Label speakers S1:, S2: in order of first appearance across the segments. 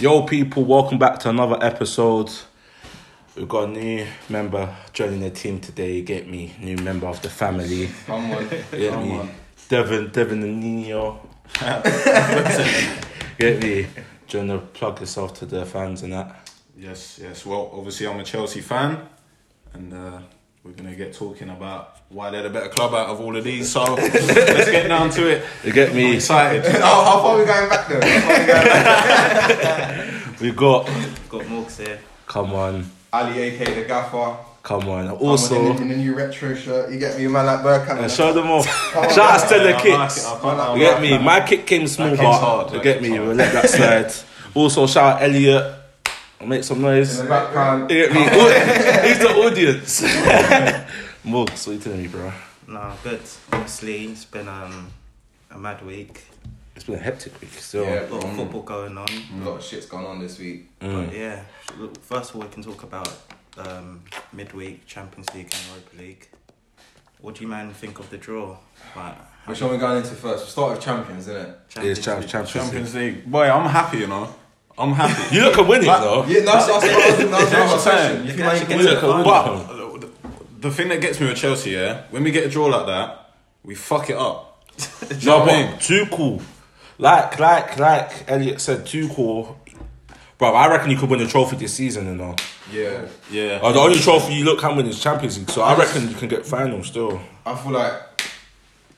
S1: Yo, people, welcome back to another episode. We've got a new member joining the team today. Get me, new member of the family.
S2: Come on.
S1: Get
S2: Come
S1: me,
S2: on.
S1: Devin, Devin and Nino. Get me. Do you want to plug yourself to the fans and that?
S2: Yes, yes. Well, obviously, I'm a Chelsea fan, and uh, we're going to get talking about why they're the better club out of all of these. So let's get down to it.
S1: You Get
S2: I'm
S1: me.
S2: excited.
S3: How, how far are we going back though? How far we going back?
S1: We got.
S4: Got Morgs here.
S1: Come on,
S3: Ali, aka the gaffer.
S1: come on.
S3: I'm in,
S1: Also,
S3: the- in the new retro shirt. You get me, man, like Burkham.
S1: uh,
S3: man.
S1: show them off. Shout out to the
S2: I like
S1: kicks.
S2: it, I can't- I
S1: You get
S2: like
S1: me?
S2: it.
S1: My kick came small,
S2: That
S1: but
S2: kick's hard,
S1: you
S2: that
S1: get
S2: kick's
S1: me?
S2: hard.
S1: We'll let that slide. Also, shout out Elliot. Make some noise.
S3: In the
S1: You
S3: background.
S1: get me? Au- He's the audience. Morgs, what you telling me, bro?
S4: Nah, good. Honestly, it's been um, a mad week.
S1: It's been a hectic week still.
S3: Yeah.
S4: A lot of
S3: Mm.
S4: football going on.
S3: A lot of shit's gone on this week.
S4: But yeah, look, first of all, we can talk about um, midweek Champions League and Europa League. What do you man think of the draw? Like,
S3: Which one we going into first? We start with champions, innit?
S1: It's Champ-
S4: League.
S1: Champions League.
S2: Champions League. Boy, I'm happy, you know. I'm happy.
S1: You look can win it
S2: Like-
S1: though.
S3: Yeah, no, that's that's that's-
S2: That's
S3: that's another
S2: what I'm saying.
S3: question.
S4: You
S3: You
S4: can
S3: might
S4: actually
S3: get
S4: get
S3: to
S4: to
S3: the
S4: the
S3: final.
S2: But uh, the- the thing that gets me with Chelsea, yeah, when we get a draw like that, we fuck it up. Do you know
S1: No,
S2: what I mean?
S1: but too cool. Like, like, like Elliot said, too cool. Bro, I reckon you could win the trophy this season, you know.
S3: Yeah.
S2: Yeah.
S1: Oh, the only trophy you look can win is Champions League, so I reckon you can get final still.
S3: I feel like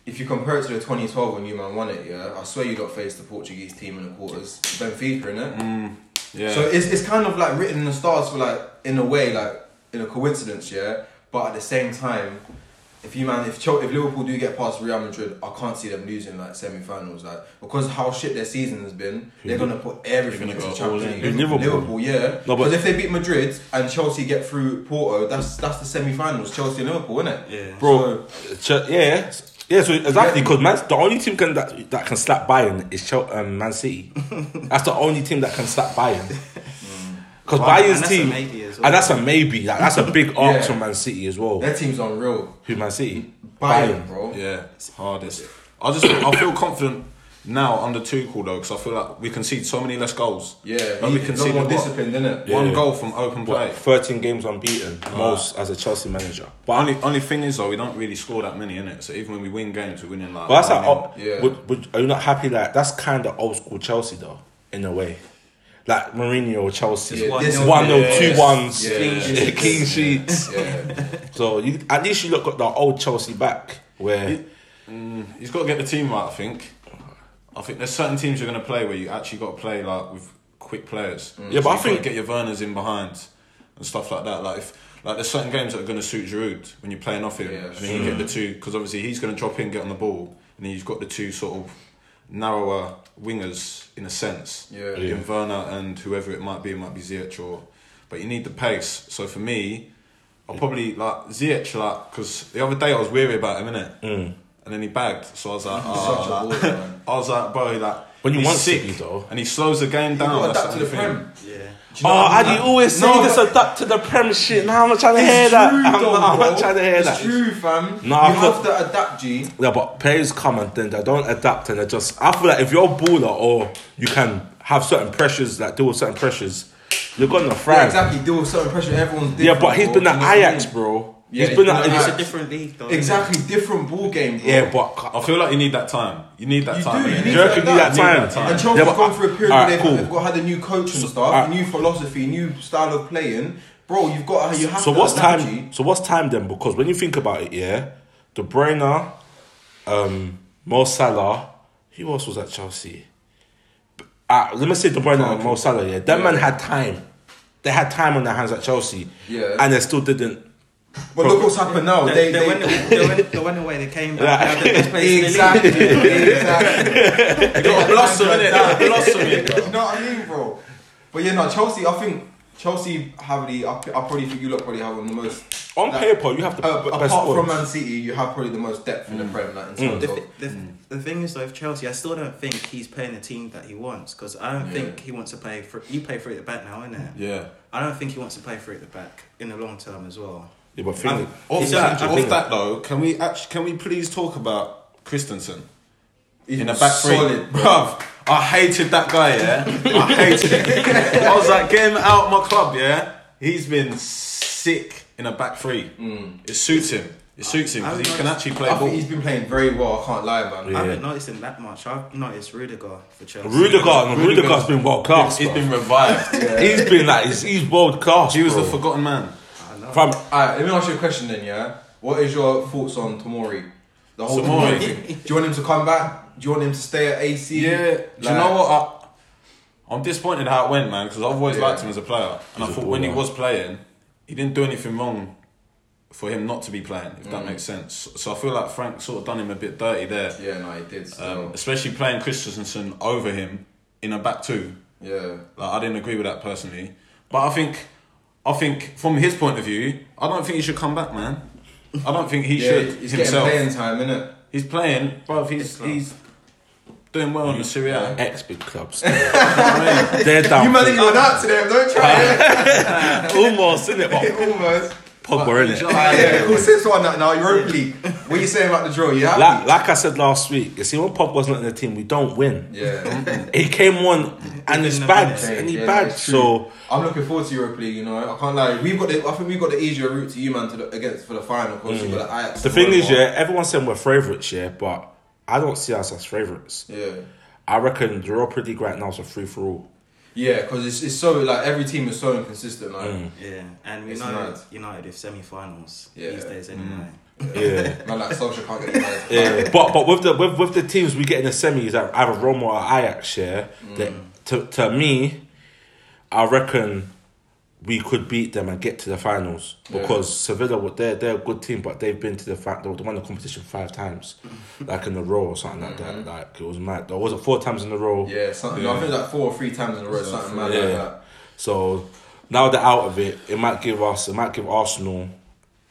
S3: if you compare it to the 2012 when you man won it, yeah, I swear you got faced the Portuguese team in the quarters. Benfica, innit?
S2: yeah.
S3: So it's, it's kind of like written in the stars for like in a way like in a coincidence, yeah. But at the same time, if you man if Chel- if Liverpool do get past Real Madrid, I can't see them losing like semi-finals, like because how shit their season has been, they're gonna put everything
S2: They're
S3: into
S2: gonna
S3: the
S2: go all
S3: Champions League.
S1: in. Liverpool.
S3: yeah.
S1: No, but-
S3: because if they beat Madrid and Chelsea get through Porto, that's that's the semi-finals. Chelsea and Liverpool, isn't it?
S4: Yeah.
S1: Bro, Ch- yeah, yeah. So exactly, because man, the only team can that, that can slap Bayern is Chel- um, Man City. that's the only team that can slap Bayern. Because
S4: Wow, Mm. and
S1: Bayern's
S4: that's a
S1: team,
S4: maybe as well.
S1: and that's a maybe. Like, that's a big arc
S3: Yeah.
S1: to Man City as well.
S3: Their team's unreal.
S1: Who Man City?
S3: Bayern, bro.
S2: Yeah, it's hardest. I just I feel confident now under Tuchel though because I feel like we concede so many less goals.
S3: Yeah,
S2: and we
S3: he-
S2: concede
S3: lot more
S2: what?
S3: disciplined, innit?
S2: one
S1: Yeah.
S2: goal from open play.
S1: What, Thirteen games unbeaten,
S4: Ah.
S1: most as a Chelsea manager.
S2: But only only thing is though we don't really score that many in it. So even when we win games, we're winning like.
S1: But that's like,
S2: winning-
S1: oh,
S3: Yeah.
S1: would, would, are you not happy? Like that's kind of old school Chelsea though, in a way. Like Mourinho, Chelsea,
S4: Yeah,
S1: one
S4: this
S1: nil,
S4: is-
S3: yeah,
S1: two
S3: yeah.
S1: ones,
S3: Yeah.
S1: clean
S3: Yeah.
S1: sheets. Clean sheets.
S3: Yeah.
S1: So you, at least you look at the old Chelsea back where
S2: He's got to get the team right. I think. I think there's certain teams you're going to play where you actually got to play like with quick players.
S3: Mm.
S1: Yeah, but I
S2: you've gotta
S1: think-
S2: get your Werners in behind and stuff like that. Like if like there's certain games that are going to suit Giroud when you're playing off him,
S3: Yeah,
S2: and then you get the two because obviously he's going to drop in, get on the ball, and then you've got the two sort of narrower wingers in a sense.
S3: Yeah.
S1: Yeah.
S2: in Werner and whoever it might be, it might be Ziyech or, but you need the pace. So for me, I'll probably like Ziyech like because the other day I was weary about him, innit? Mm. And then he bagged, so I was like,
S3: Such a
S2: ah, like-
S3: baller, man.
S2: I was like, bro, like
S1: When you
S2: he's
S1: want
S2: sick,
S1: City, though.
S2: and he slows the game
S3: You've
S2: down.
S3: got to
S2: that's
S3: adapt to the
S2: thing.
S3: prem.
S4: Yeah.
S3: Do you know
S1: Oh,
S3: what I
S1: and
S3: mean?
S1: you always say
S3: No,
S1: this
S3: but-
S1: adapt to the Prem shit. Nah, I'm not trying to hear
S3: It's
S1: that.
S3: true,
S1: I'm, not-
S3: though,
S1: I'm
S3: bro.
S1: not trying to hear
S3: it's
S1: that.
S3: true, fam.
S1: Nah,
S3: you
S1: I've got-
S3: have to adapt, G.
S1: Yeah, but players come and then they don't adapt and they just. I feel like if you're a baller or you can have certain pressures, like deal with certain pressures, you're gonna thrive.
S3: Yeah,
S1: Yeah,
S3: exactly. Deal with certain pressure. Everyone's different.
S1: but he's
S3: bro.
S1: been
S3: Do you
S1: at
S3: know what I mean?
S1: Ajax, bro.
S3: Yeah,
S1: he's been
S3: he's
S1: at.
S3: been at
S1: he's-
S4: It's
S3: Ajax.
S4: a different league, though. isn't it?
S3: Exactly, different ball game, bro.
S1: yeah, but
S2: I feel like you need that time. You need that
S3: You
S2: time.
S3: do, you
S2: innit?
S3: need
S1: do you reckon you need that
S3: that
S1: time?
S2: time.
S3: And Chelsea's
S1: Yeah, but-
S3: gone through a period
S1: Alright,
S3: where they've,
S1: cool.
S3: they've got, had a new coach and stuff,
S1: alright.
S3: new philosophy, new style of playing. Bro, you've got you have
S1: So
S3: to
S1: what's
S3: adapt,
S1: time?
S3: G.
S1: So what's time then? Because when you think about it, yeah, De Bruyne, um, Mo Salah, who else was at Chelsea? Uh, let me say De Bruyne and Mo Salah. Yeah, that
S3: Yeah.
S1: man had time. They had time on their hands at Chelsea.
S3: Yeah.
S1: and they still didn't.
S3: But look what's happened now. They,
S4: They, they went,
S3: they,
S4: they, went, they went away, they came back. They were the best players in the league.
S3: exactly, exactly.
S2: You got to blossom in it. Blossom in it.
S3: You know what I mean, bro? But yeah, no, Chelsea. I think Chelsea have the. I, I probably think you lot probably have them the most.
S1: On
S3: Like,
S1: paper, you have the
S3: Uh,
S1: b-
S3: apart
S1: best Mm.
S3: from
S1: squad.
S3: Man City, you have probably the most depth in the Prem. Like, in terms
S4: The,
S3: of,
S4: thi- the,
S3: Mm.
S4: the thing is though, with Chelsea, I still don't think he's playing the team that he wants because I don't
S3: Yeah.
S4: think he wants to play. For, you play three at the back now, innit?
S2: Yeah.
S4: I don't think he wants to play three at the back in the long term as well.
S1: Yeah, but thing-
S4: I'm-
S2: Off
S4: He's
S2: that,
S4: just-
S2: off
S1: think-
S2: that though, can we actually can we please talk about Christensen
S3: He's
S2: in a back three?
S3: solid,
S2: bruv. I hated that guy, yeah. I hated it. I was like, get him out my club, yeah. He's been sick in a back three. It suits him. It suits him because he can actually play
S3: Mm. I
S2: ball.
S3: think he's been playing very well. I can't lie, man.
S1: Yeah.
S4: I haven't noticed him that much. I've noticed Rudiger for Chelsea.
S1: Rudiger, Rudiger's been world class.
S2: he's
S1: bro.
S2: been revived.
S1: He's been like he's, he's world class.
S2: He was
S1: bro.
S2: the forgotten man.
S4: I know.
S1: Fam,
S3: Alright, let me ask you a question then, yeah? What is your thoughts on Tomori? The whole
S2: Tomori?
S3: Tomori thing. Do you want him to come back? Do you want him to stay at AC?
S2: Yeah. Do you
S3: Like-
S2: know what? I, I'm disappointed how it went, man, because I've always
S3: Yeah.
S2: liked him as a player, and
S1: He's
S2: I
S1: a
S2: thought when he
S1: baller.
S2: was playing, he didn't do anything wrong for him not to be playing, if
S3: Mm.
S2: that makes sense. So I feel like Frank sort of done him a bit dirty there,
S3: Yeah, no, he did.
S2: um,
S3: So,
S2: especially playing Christensen over him in a back two.
S3: yeah.
S2: Like I didn't agree with that personally, but I think, I think from his point of view, I don't think he should come back, man. I don't think he
S3: yeah,
S2: should
S3: he's
S2: himself.
S3: getting playing time, innit?
S2: He's playing, bro. He's he's doing well in the Serie A.
S1: ex big clubs.
S2: I mean,
S1: They're down.
S3: You man didn't go out to them, don't try
S1: almost in it. But
S3: it. Almost.
S1: Pogba in it.
S3: Alright, yeah, cool. Since one that now, Europa League. What you saying about the draw? You happy?
S1: Like, like I said last week, you see, when Pogba's not in the team, we don't win.
S3: yeah.
S1: He came on and it's
S4: the
S1: bad,
S4: minutes.
S1: and he
S3: Yeah,
S1: bad.
S3: it's true.
S1: So
S3: I'm looking forward to Europa League. You know, I can't lie. We've got the, I think we've got the easier route to you, man, to the, against for the final. Because you've got
S2: Mm.
S3: the Ajax.
S1: the thing is, yeah, everyone's saying we're favourites, yeah, but I don't see us as favourites.
S3: Yeah.
S1: I reckon the Europa League right now is a free for all.
S3: Yeah, because it's, it's so like every team is so inconsistent. Like,
S4: Yeah, and we
S3: It's
S4: know
S3: mad.
S4: United if semi-finals
S3: Yeah.
S4: these days anyway.
S1: Yeah.
S3: man, like Solskjaer can't get United.
S1: Yeah, but but with the with, with the teams we get in the semis, like either Roma or Ajax, yeah. That,
S3: Mm.
S1: to to me, I reckon we could beat them and get to the finals
S3: Yeah.
S1: because Sevilla, well, they're they're a good team, but they've been to the fact they won the competition five times, like in a row or something like that. Like it was mad. Or was it four times in a row?
S3: Mm. Yeah, something. I think like four or three times in a row, something mad
S1: Yeah.
S3: like that.
S1: So now they're out of it, it might give us, it might give Arsenal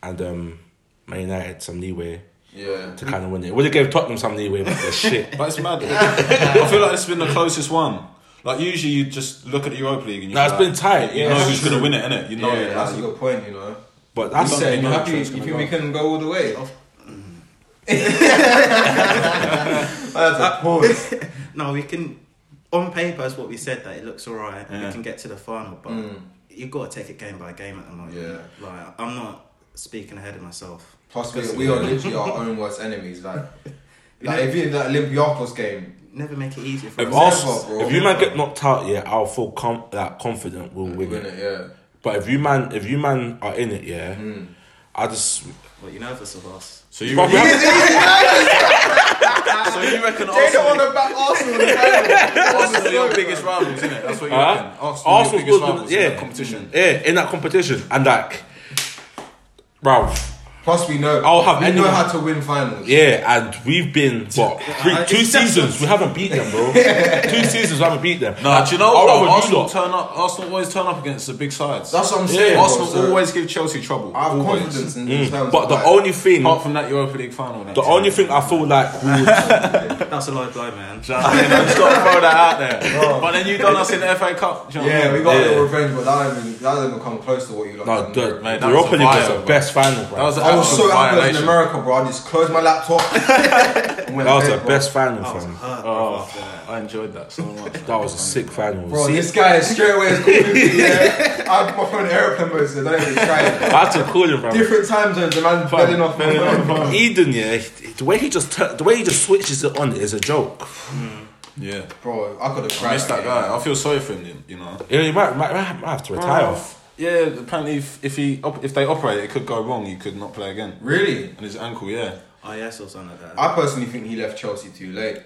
S1: and um, Man United some leeway
S3: Yeah.
S1: to kind of win it. Would have gave Tottenham some leeway, but they're shit.
S2: But it's mad. I feel like this has been the closest one. Like usually you just look at the Europa League and you
S1: No, it's
S2: like,
S1: been tight,
S2: You
S1: yeah,
S2: know
S1: that's
S2: who's
S1: true.
S2: gonna win it, innit? You know
S3: Yeah,
S2: it.
S3: that's a
S2: like,
S3: good point, you know.
S1: But
S3: You
S1: that's
S2: don't
S3: said
S2: think
S3: you
S2: United
S3: happy? You
S2: is gonna
S3: think we
S2: win?
S3: can go all the way? That's a pause.
S4: No, we can. On paper, is what we said that it looks all right.
S2: Yeah.
S4: We can get to the final, but you got to take it game by game at the moment.
S3: Yeah.
S4: Like I'm not speaking ahead of myself.
S3: Plus, we, we are literally our own worst enemies. Like, like if you're in that Olympiakos game,
S4: Never make it easier for
S1: If,
S4: yourself.
S1: Ars-
S3: Never, bro.
S1: if you man get knocked out, yeah, I'll feel com- like confident we'll
S3: we
S1: win
S3: win
S1: it.
S3: it. Yeah.
S1: But if you man, if you man are in it, yeah, I just
S4: What you nervous of us?
S2: Hmm. so you
S1: Bro, we
S2: reckon,
S1: haven't-
S2: so you reckon
S3: They don't
S2: Arsenal,
S3: want to back Arsenal. in the final.
S2: Arsenal are your biggest rivals, innit? That's what you
S1: Huh?
S2: reckon. Arsenal, are your
S1: Arsenal's
S2: biggest
S1: good,
S2: rivals
S1: yeah.
S2: in the competition.
S1: yeah, in that competition, and like, bro,
S3: Plus, we know.
S1: I'll have
S3: we know
S1: anyone-
S3: how to win finals.
S1: yeah, and we've been what three, two seasons we haven't beat them, bro. two seasons we haven't beat them.
S2: No, do you know
S1: I'll
S2: what?
S1: rather you
S2: Arsenal
S1: lot.
S2: turn up. Arsenal always turn up against the big sides.
S3: That's what I'm saying. bro,
S2: Arsenal
S3: so
S2: always give Chelsea trouble.
S3: I have
S2: Always.
S3: confidence in, in terms.
S1: But
S3: of
S1: the
S3: like,
S1: only thing,
S2: Apart from that Europa League final,
S1: the only thing I feel like we would
S4: That's a low blow, man.
S2: I just gotta throw that out there. But then you done us in the FA Cup. do you know what I
S3: Yeah,
S2: mean?
S3: we got a
S1: Yeah.
S3: little revenge, but that didn't, that didn't even come close to what you like.
S1: no, the,
S2: Man, that
S1: the
S2: was
S1: Europa
S2: a
S1: League was
S2: vibe,
S1: the
S2: bro.
S1: best final, bro.
S2: That was an
S3: I was so
S2: absolute
S3: happy I was in
S2: violation.
S3: America, bro. I just closed my laptop. and went
S1: that was
S3: to
S1: the
S3: bed, bro.
S1: best final,
S4: I was
S1: fam.
S4: hurt.
S2: Oh, I enjoyed that so much.
S1: That was a sick final.
S3: Bro,
S1: See,
S3: this guy is straight away is calling me. Yeah, I had my phone in airplane mode, so don't even try it.
S1: I had to call him, bro.
S3: Different time zones, the man bedding off my phone.
S1: Eden, yeah, he- the way he just tur- the way he just switches it on is a joke.
S2: Yeah.
S3: Bro, I could have
S2: I
S3: cried.
S2: miss that
S3: game.
S2: guy. I feel sorry for him, you know.
S1: You know, he might might, might have to retire. off.
S2: Yeah, apparently if, if he op- if they operate, it could go wrong. He could not play again.
S3: Really?
S2: And his ankle, yeah.
S4: Oh yeah, I saw something like that.
S3: I personally think he left Chelsea too late.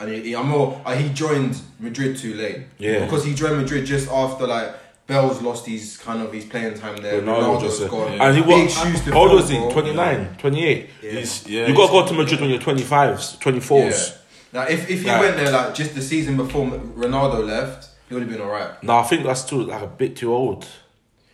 S3: And he, he- I'm more, uh, he joined Madrid too late.
S1: Yeah.
S3: Because he joined Madrid just after, like, Bell's lost his kind of his playing time there.
S1: Ronaldo
S3: Ronaldo's
S1: just a-
S3: gone.
S1: and he
S3: Big
S1: was
S3: shoes to
S1: how old
S3: fill,
S1: was he?
S3: bro.
S1: 29, 28.
S2: He's yeah.
S1: you gotta go to Madrid when you're 25s, 24s.
S3: Now, if, if he
S1: Nah.
S3: went there like just the season before Ronaldo left, he would have been alright.
S1: No, I think that's too like a bit too old.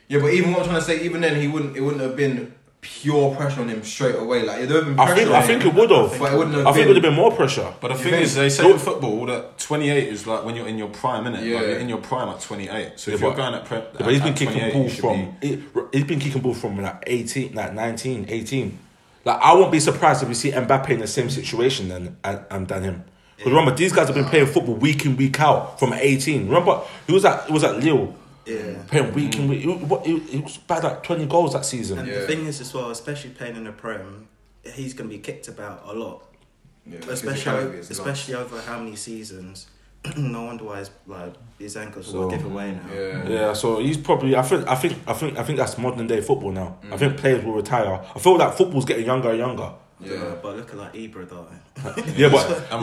S3: Yeah, but even what I'm trying to say, even then, he wouldn't. It wouldn't have been pure pressure on him straight away. Like it would have been pressure.
S1: I think
S3: on
S1: I
S3: him,
S1: think it would have.
S3: But it wouldn't have
S1: I think it
S3: been-
S1: would have been more pressure.
S2: But the thing is, they say in football that 28 is like when you're in your prime, innit?
S3: Yeah.
S2: Like you're in your prime at 28. So if
S1: Yeah,
S2: you're
S1: but-
S2: going at prep,
S1: Yeah, but he's been
S2: at 28,
S1: kicking
S2: you
S1: ball
S2: should
S1: from he- he's been kicking ball from like 18, like 19, 18. Like I won't be surprised if we see Mbappe in the same situation then and, and than him But remember, these guys have been playing football week in, week out from 18. Remember, he was at, he was at Lille
S4: Yeah.
S1: playing week in, week he, what, he, he was bad at 20 goals that season.
S4: And
S3: Yeah.
S4: the thing is, as well, especially playing in the Prem, he's going to be kicked about a lot.
S3: Yeah,
S4: Especially,
S3: physicality is not-
S4: especially over how many seasons. no wonder why his, like, his ankles
S1: So-
S4: will give away now.
S3: Yeah.
S1: Yeah, so he's probably. I think. I think. I think. I think that's modern day football now. I think players will retire. I feel like football's getting younger and younger.
S3: Yeah.
S4: But look at like Ibra though.
S1: Yeah, but
S2: And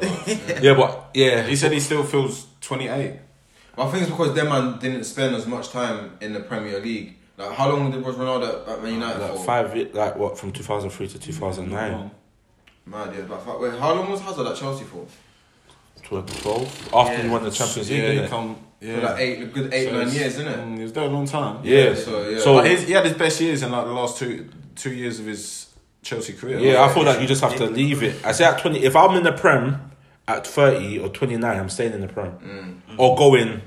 S2: bro.
S1: yeah, but yeah,
S2: he said he still feels 28.
S3: But I think it's because them man didn't spend as much time in the Premier League. Like, how long did was Ronaldo at Man United
S1: like
S3: for?
S1: five. ye- Like what from two thousand three to two thousand nine.
S3: Mad, yeah. Like, five, wait, how long was Hazard at Chelsea for?
S1: Twelve. After
S4: Yeah.
S1: he won the Champions League,
S2: Yeah,
S1: innit?
S2: he come. Yeah.
S3: For like eight, a good
S2: So
S3: eight, nine
S2: it's-
S3: years, isn't it?
S2: Mm, He was there a long time.
S1: Yeah.
S3: So yeah.
S1: So-
S2: But his, he had his best years in like the last two two years of his Chelsea career.
S1: Yeah, I
S2: Like,
S1: feel like you just have to leave it. I say at twenty, if I'm in the prem at thirty or twenty nine, I'm staying in the prem or going.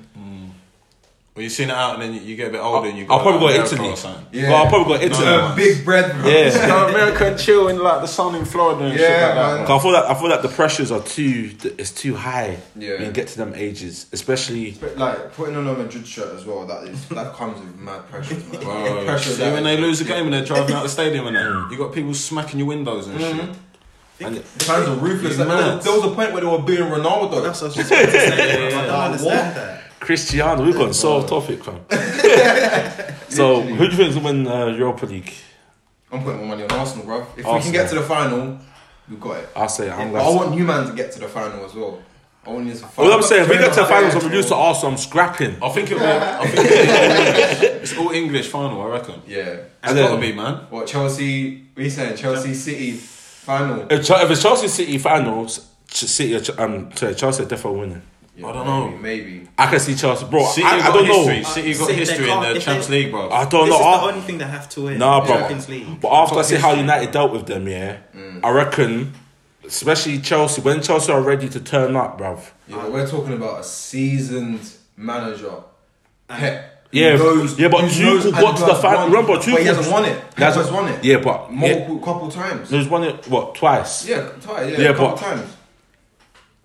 S2: Well, you've seen it out, and then you- you get a bit older, and you.
S1: I'll
S2: go, "Oh,
S1: probably go
S2: like,
S1: to
S2: America
S1: Italy.
S2: or something.
S3: Yeah.
S1: Well, I'll probably go to
S2: No,
S1: Italy.
S2: no,
S3: Uh, big bread, bro.
S1: Yeah.
S2: Go to America and chill in like the sun in Florida and
S3: Yeah,
S2: shit like
S3: man.
S2: that. bro.
S1: Cause I feel like I feel like the pressures are too. It's too high.
S3: Yeah.
S1: When you get to them ages, especially.
S3: But like putting on a Madrid shirt as well, that is that comes with mad pressures, man.
S2: Bro, Mm.
S3: Pressure
S2: see
S3: that-
S2: when they lose a game and they're driving out the stadium and that, you got people smacking your windows and shit.
S1: And
S3: Fans are ruthless. Like,
S2: Mad.
S3: there was a point where they were beating Ronaldo.
S4: That's what I was just about to say. I don't
S3: Like,
S4: understand
S3: what?
S4: that.
S1: Cristiano, we've gone so off topic, fam. so, who do you think will win uh, Europa League?
S3: I'm putting my money on Arsenal, bro. If we
S1: Arsenal.
S3: can get to the final, we've got it.
S1: I'll say I'm
S3: But I
S1: going.
S3: want you man to get to the final as well. I want you to.
S1: All I'm saying, if we get to the finals and we
S3: Yeah.
S1: lose to Arsenal, I'm scrapping.
S2: I think it'll be. I think it'll be it's all English final, I reckon. It's
S3: Yeah.
S1: And
S2: gotta
S1: then-
S2: be, man.
S3: What Chelsea? What you saying? Chelsea City final.
S1: If, Ch- if it's Chelsea City finals, Ch- City, are Ch- um, sorry, Chelsea are definitely winning.
S3: Yeah,
S2: I don't know.
S3: Maybe. maybe.
S1: I can see Chelsea, bro.
S2: City
S1: I, I
S2: got
S1: don't
S2: history.
S1: know.
S2: City got
S4: City, they
S2: history in
S4: can't-
S2: the
S4: if
S2: Champions
S4: they-
S2: League, bro.
S1: I don't
S4: this
S1: know.
S4: is
S1: I-
S4: the only thing they have to win.
S1: Nah,
S4: the
S1: bro.
S4: Champions League.
S1: But after I see how United dealt with them, yeah, I reckon, especially Chelsea, when Chelsea are ready to turn up, bruv.
S3: Yeah, but we're talking about a seasoned manager. Pep. who
S1: Yeah,
S3: knows-
S1: yeah, but
S3: who knows
S1: Tuchel
S3: and
S1: got to
S3: who
S1: the
S3: has
S1: final-
S3: won.
S1: remember,
S3: But he
S1: Tuchel-
S3: hasn't won it.
S1: That's-
S3: That's has won it.
S1: yeah, but-
S3: multiple couple times.
S1: There's one, what, twice?
S3: Yeah, twice. Yeah,
S1: Yeah,
S3: couple
S1: but-
S3: times.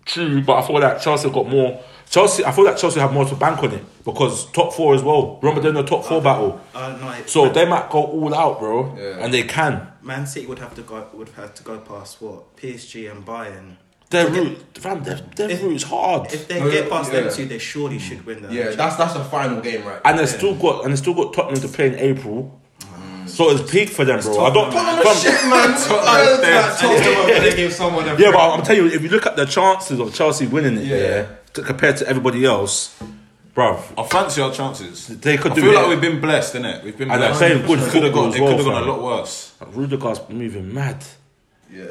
S1: True, but I feel like Chelsea got more. Chelsea, I feel like Chelsea have more to bank on it because top four as well. Remember, they're in the top four battle,
S4: Uh, no, it-
S1: so they might go all out, bro,
S3: Yeah.
S1: and they can.
S4: Man City would have to go would have to go past what PSG and Bayern.
S1: Their route, fam, their, their
S4: If-
S1: route's hard,
S4: If they
S3: No,
S4: get
S3: yeah,
S4: past
S3: Oh, yeah.
S4: them two, they surely should win that.
S3: Yeah, that's that's a final game, right?
S1: and they still got and they still got Tottenham to play in April,
S2: Mm.
S1: so it's peak for them, bro. I don't,
S3: Tottenham are
S1: fam,
S3: shit, man. Tottenham are gonna give someone a
S1: yeah,
S3: break.
S1: but I'm telling you, if you look at the chances of Chelsea winning it,
S3: Yeah.
S1: yeah, to, compared to everybody else, bro,
S2: I fancy our chances.
S1: They could
S2: I
S1: do
S2: feel
S1: it.
S2: like we've been blessed, innit? We've been
S1: And
S2: blessed.
S1: they're playing good
S2: It could have
S1: football
S2: gone,
S1: as
S2: it could have
S1: well,
S2: gone a
S1: fam.
S2: lot worse.
S1: Rudiger's moving mad,
S3: Yeah.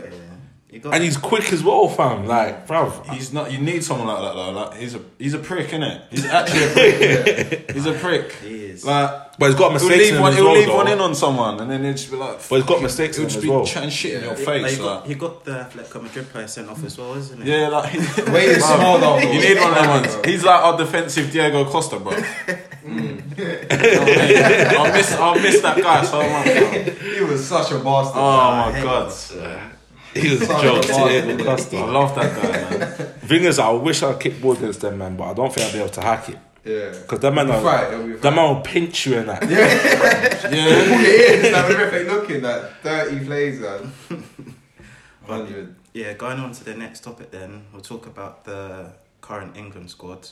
S4: You got
S1: and he's quick as well, fam. Like, bro,
S2: He's not. You need someone like that though. Like he's a he's a prick, innit? He's actually a prick. yeah. He's a prick.
S4: He is.
S2: Like
S1: but he's got
S2: he'll
S1: mistakes. in
S2: leave
S1: him
S2: one.
S1: as
S2: He'll
S1: well,
S2: leave
S1: though.
S2: one in on someone, and then he'll just be like.
S1: But he's got
S2: fucking-
S1: mistakes in
S2: He'll
S1: him
S2: just
S1: as
S2: be
S1: well.
S2: chatting shit in your
S4: he-
S2: face.
S4: like, you
S2: like.
S4: got, he got the Atletico Madrid player sent off as well, isn't it?
S2: Yeah, like he-
S3: Way to small though.
S2: you need one of them ones. He's like our defensive Diego Costa, bro. I miss I miss that guy so much. bro.
S3: He was such a bastard.
S2: Oh my
S4: hate
S2: god,
S1: He was
S3: Sorry,
S1: jokes.
S3: Mark.
S1: Yeah, the
S2: I
S1: custom.
S2: love that guy, man.
S1: Thing is, I wish I kicked ball against them, man, but I don't think I'll be able to hack it.
S3: yeah.
S1: Because that man,
S3: It'll
S1: will,
S3: be fine, it'll be
S1: that man will pinch you and that.
S2: Yeah,
S3: All it is, it's like horrific looking, that dirty plays, man. Hundred.
S4: Yeah, going on to the next topic then, we'll talk about the current England squad.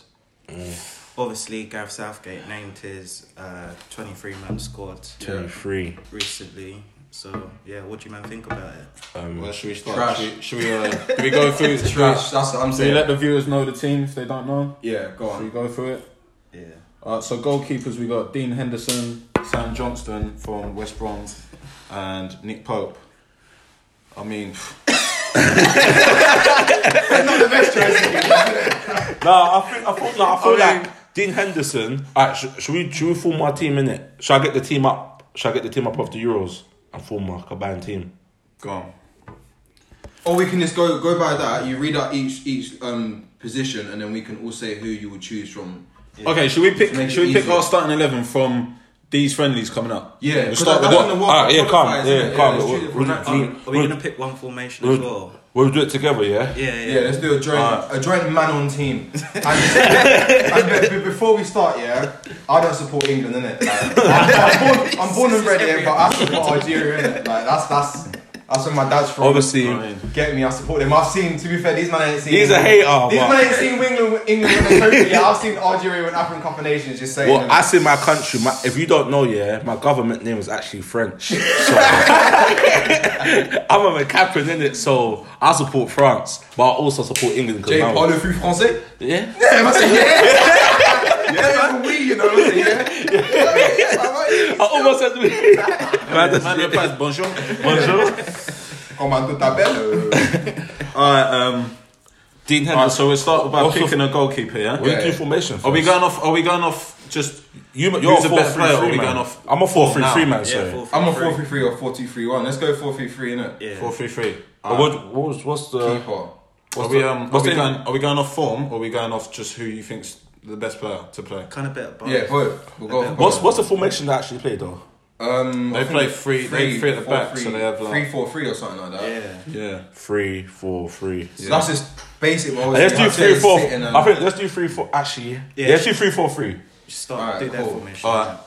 S4: Obviously, Gareth Southgate named his uh, 23 man squad
S1: Twenty-three.
S4: recently. So, yeah, what do you man think about it?
S2: Where should we
S3: Trash.
S2: start? Should we, should we, uh, do we go through the
S3: Trash. That's what I'm
S2: Do we let
S3: saying.
S2: the viewers know the team if they don't know?
S3: Yeah, go
S2: Should we
S3: on.
S2: go through it?
S4: Yeah.
S2: Alright, Uh, so goalkeepers we got Dean Henderson, Sam Johnston from West Brom, and Nick Pope. I mean,
S1: No, I think I thought no, I feel
S2: I mean-
S1: like Dean Henderson. Alright, sh- should we should we form our team in it? Should I get the team up? Should I get the team up of the Euros and form a combined team?
S2: go on.
S3: Or we can just go go by that. You read out each each um position, and then we can all say who you would choose from.
S2: Okay, should we pick?
S3: Make it
S2: Should we pick
S3: easier.
S2: our starting eleven from these friendlies coming up.
S3: Yeah,
S2: we'll
S3: 'cause
S2: start
S3: that-
S2: with
S3: that's
S2: what.
S3: when the
S1: All right, yeah,
S3: Qualifiers,
S1: calm,
S3: isn't
S1: yeah,
S3: it?
S1: calm.
S3: Yeah,
S1: We'll-
S3: it's true.
S1: we'll-
S3: Not-
S4: Are,
S1: we'll-
S4: are we gonna pick one formation as well?
S1: We'll do it together, yeah?
S4: Yeah, yeah.
S3: Yeah, let's do a joint,
S2: Alright.
S3: a joint man on team. And, and be- be- before we start, yeah, I don't support England, innit? Like, I'm, I'm, born, I'm born and bred here, but I support Algeria, innit? Like that's that's that's where my dad's from.
S1: Obviously,
S2: I mean,
S3: get me, I support them. I've seen, to be fair, these men ain't seen.
S1: He's a
S3: England.
S1: hater,
S3: These
S1: but-
S3: men ain't seen England, England win the trophy. Yeah, I've seen Algeria win African Cup of Nations. Just saying.
S1: well,
S3: innit?
S1: I say my country. My, if you don't know, yeah, my government name is actually French. So I'm a Capron in it, so I support France, but I also support England. 'cause
S3: Jay
S1: now-
S3: parle plus français.
S1: yeah,
S3: Yeah, I said yeah. yeah, man, we, you know, I said yeah. yeah.
S1: I almost said Man, that's-
S2: man replies, bonjour.
S1: Bonjour.
S3: Comment tout t'appelles?
S2: All right, um,
S1: Dean
S2: all right.
S1: Henderson.
S2: So we'll start by
S1: What's the-
S2: picking a goalkeeper. Yeah?
S1: What do you
S3: Yeah.
S1: do formation?
S2: Are we
S1: first?
S2: going off? Are we going off? Just
S1: You, you're
S2: Who's
S1: a
S2: the
S1: four
S2: best
S1: three
S2: player? Are
S1: three
S2: we
S1: man.
S2: going off-
S1: I'm a four three
S2: now?
S1: three man.
S4: Yeah,
S1: sorry.
S4: four, three,
S3: I'm a
S4: three.
S3: 4 3 3 or 4 2 3 1. Let's go 4 3 3 innit?
S4: Yeah.
S2: four, three, three.
S1: Uh, what, what was what's the?
S3: Keeper.
S2: Are
S1: What's
S2: we
S1: the-
S2: um? Are
S1: what's
S2: we
S1: the-
S2: going? Are we going off form? Or are we going off just who you think's the best player to play?
S4: Kind of bit of both.
S3: Yeah, both. We'll go for
S1: What's
S3: both.
S1: what's the formation they actually play though?
S3: Um,
S2: They
S3: I think
S2: play
S3: it's
S2: three- they three at the
S3: four,
S2: back, so they have, like-
S3: 3 4 3 or something like that.
S4: Yeah.
S2: Yeah.
S1: Three four three.
S3: So that's just basic. What
S1: Let's do three four. I think let's do three four. Actually, uh, yeah.
S4: Yeah.
S1: let's do three four three.
S4: Start
S3: Alright,
S4: do their
S3: cool.
S4: formation.
S2: Alright.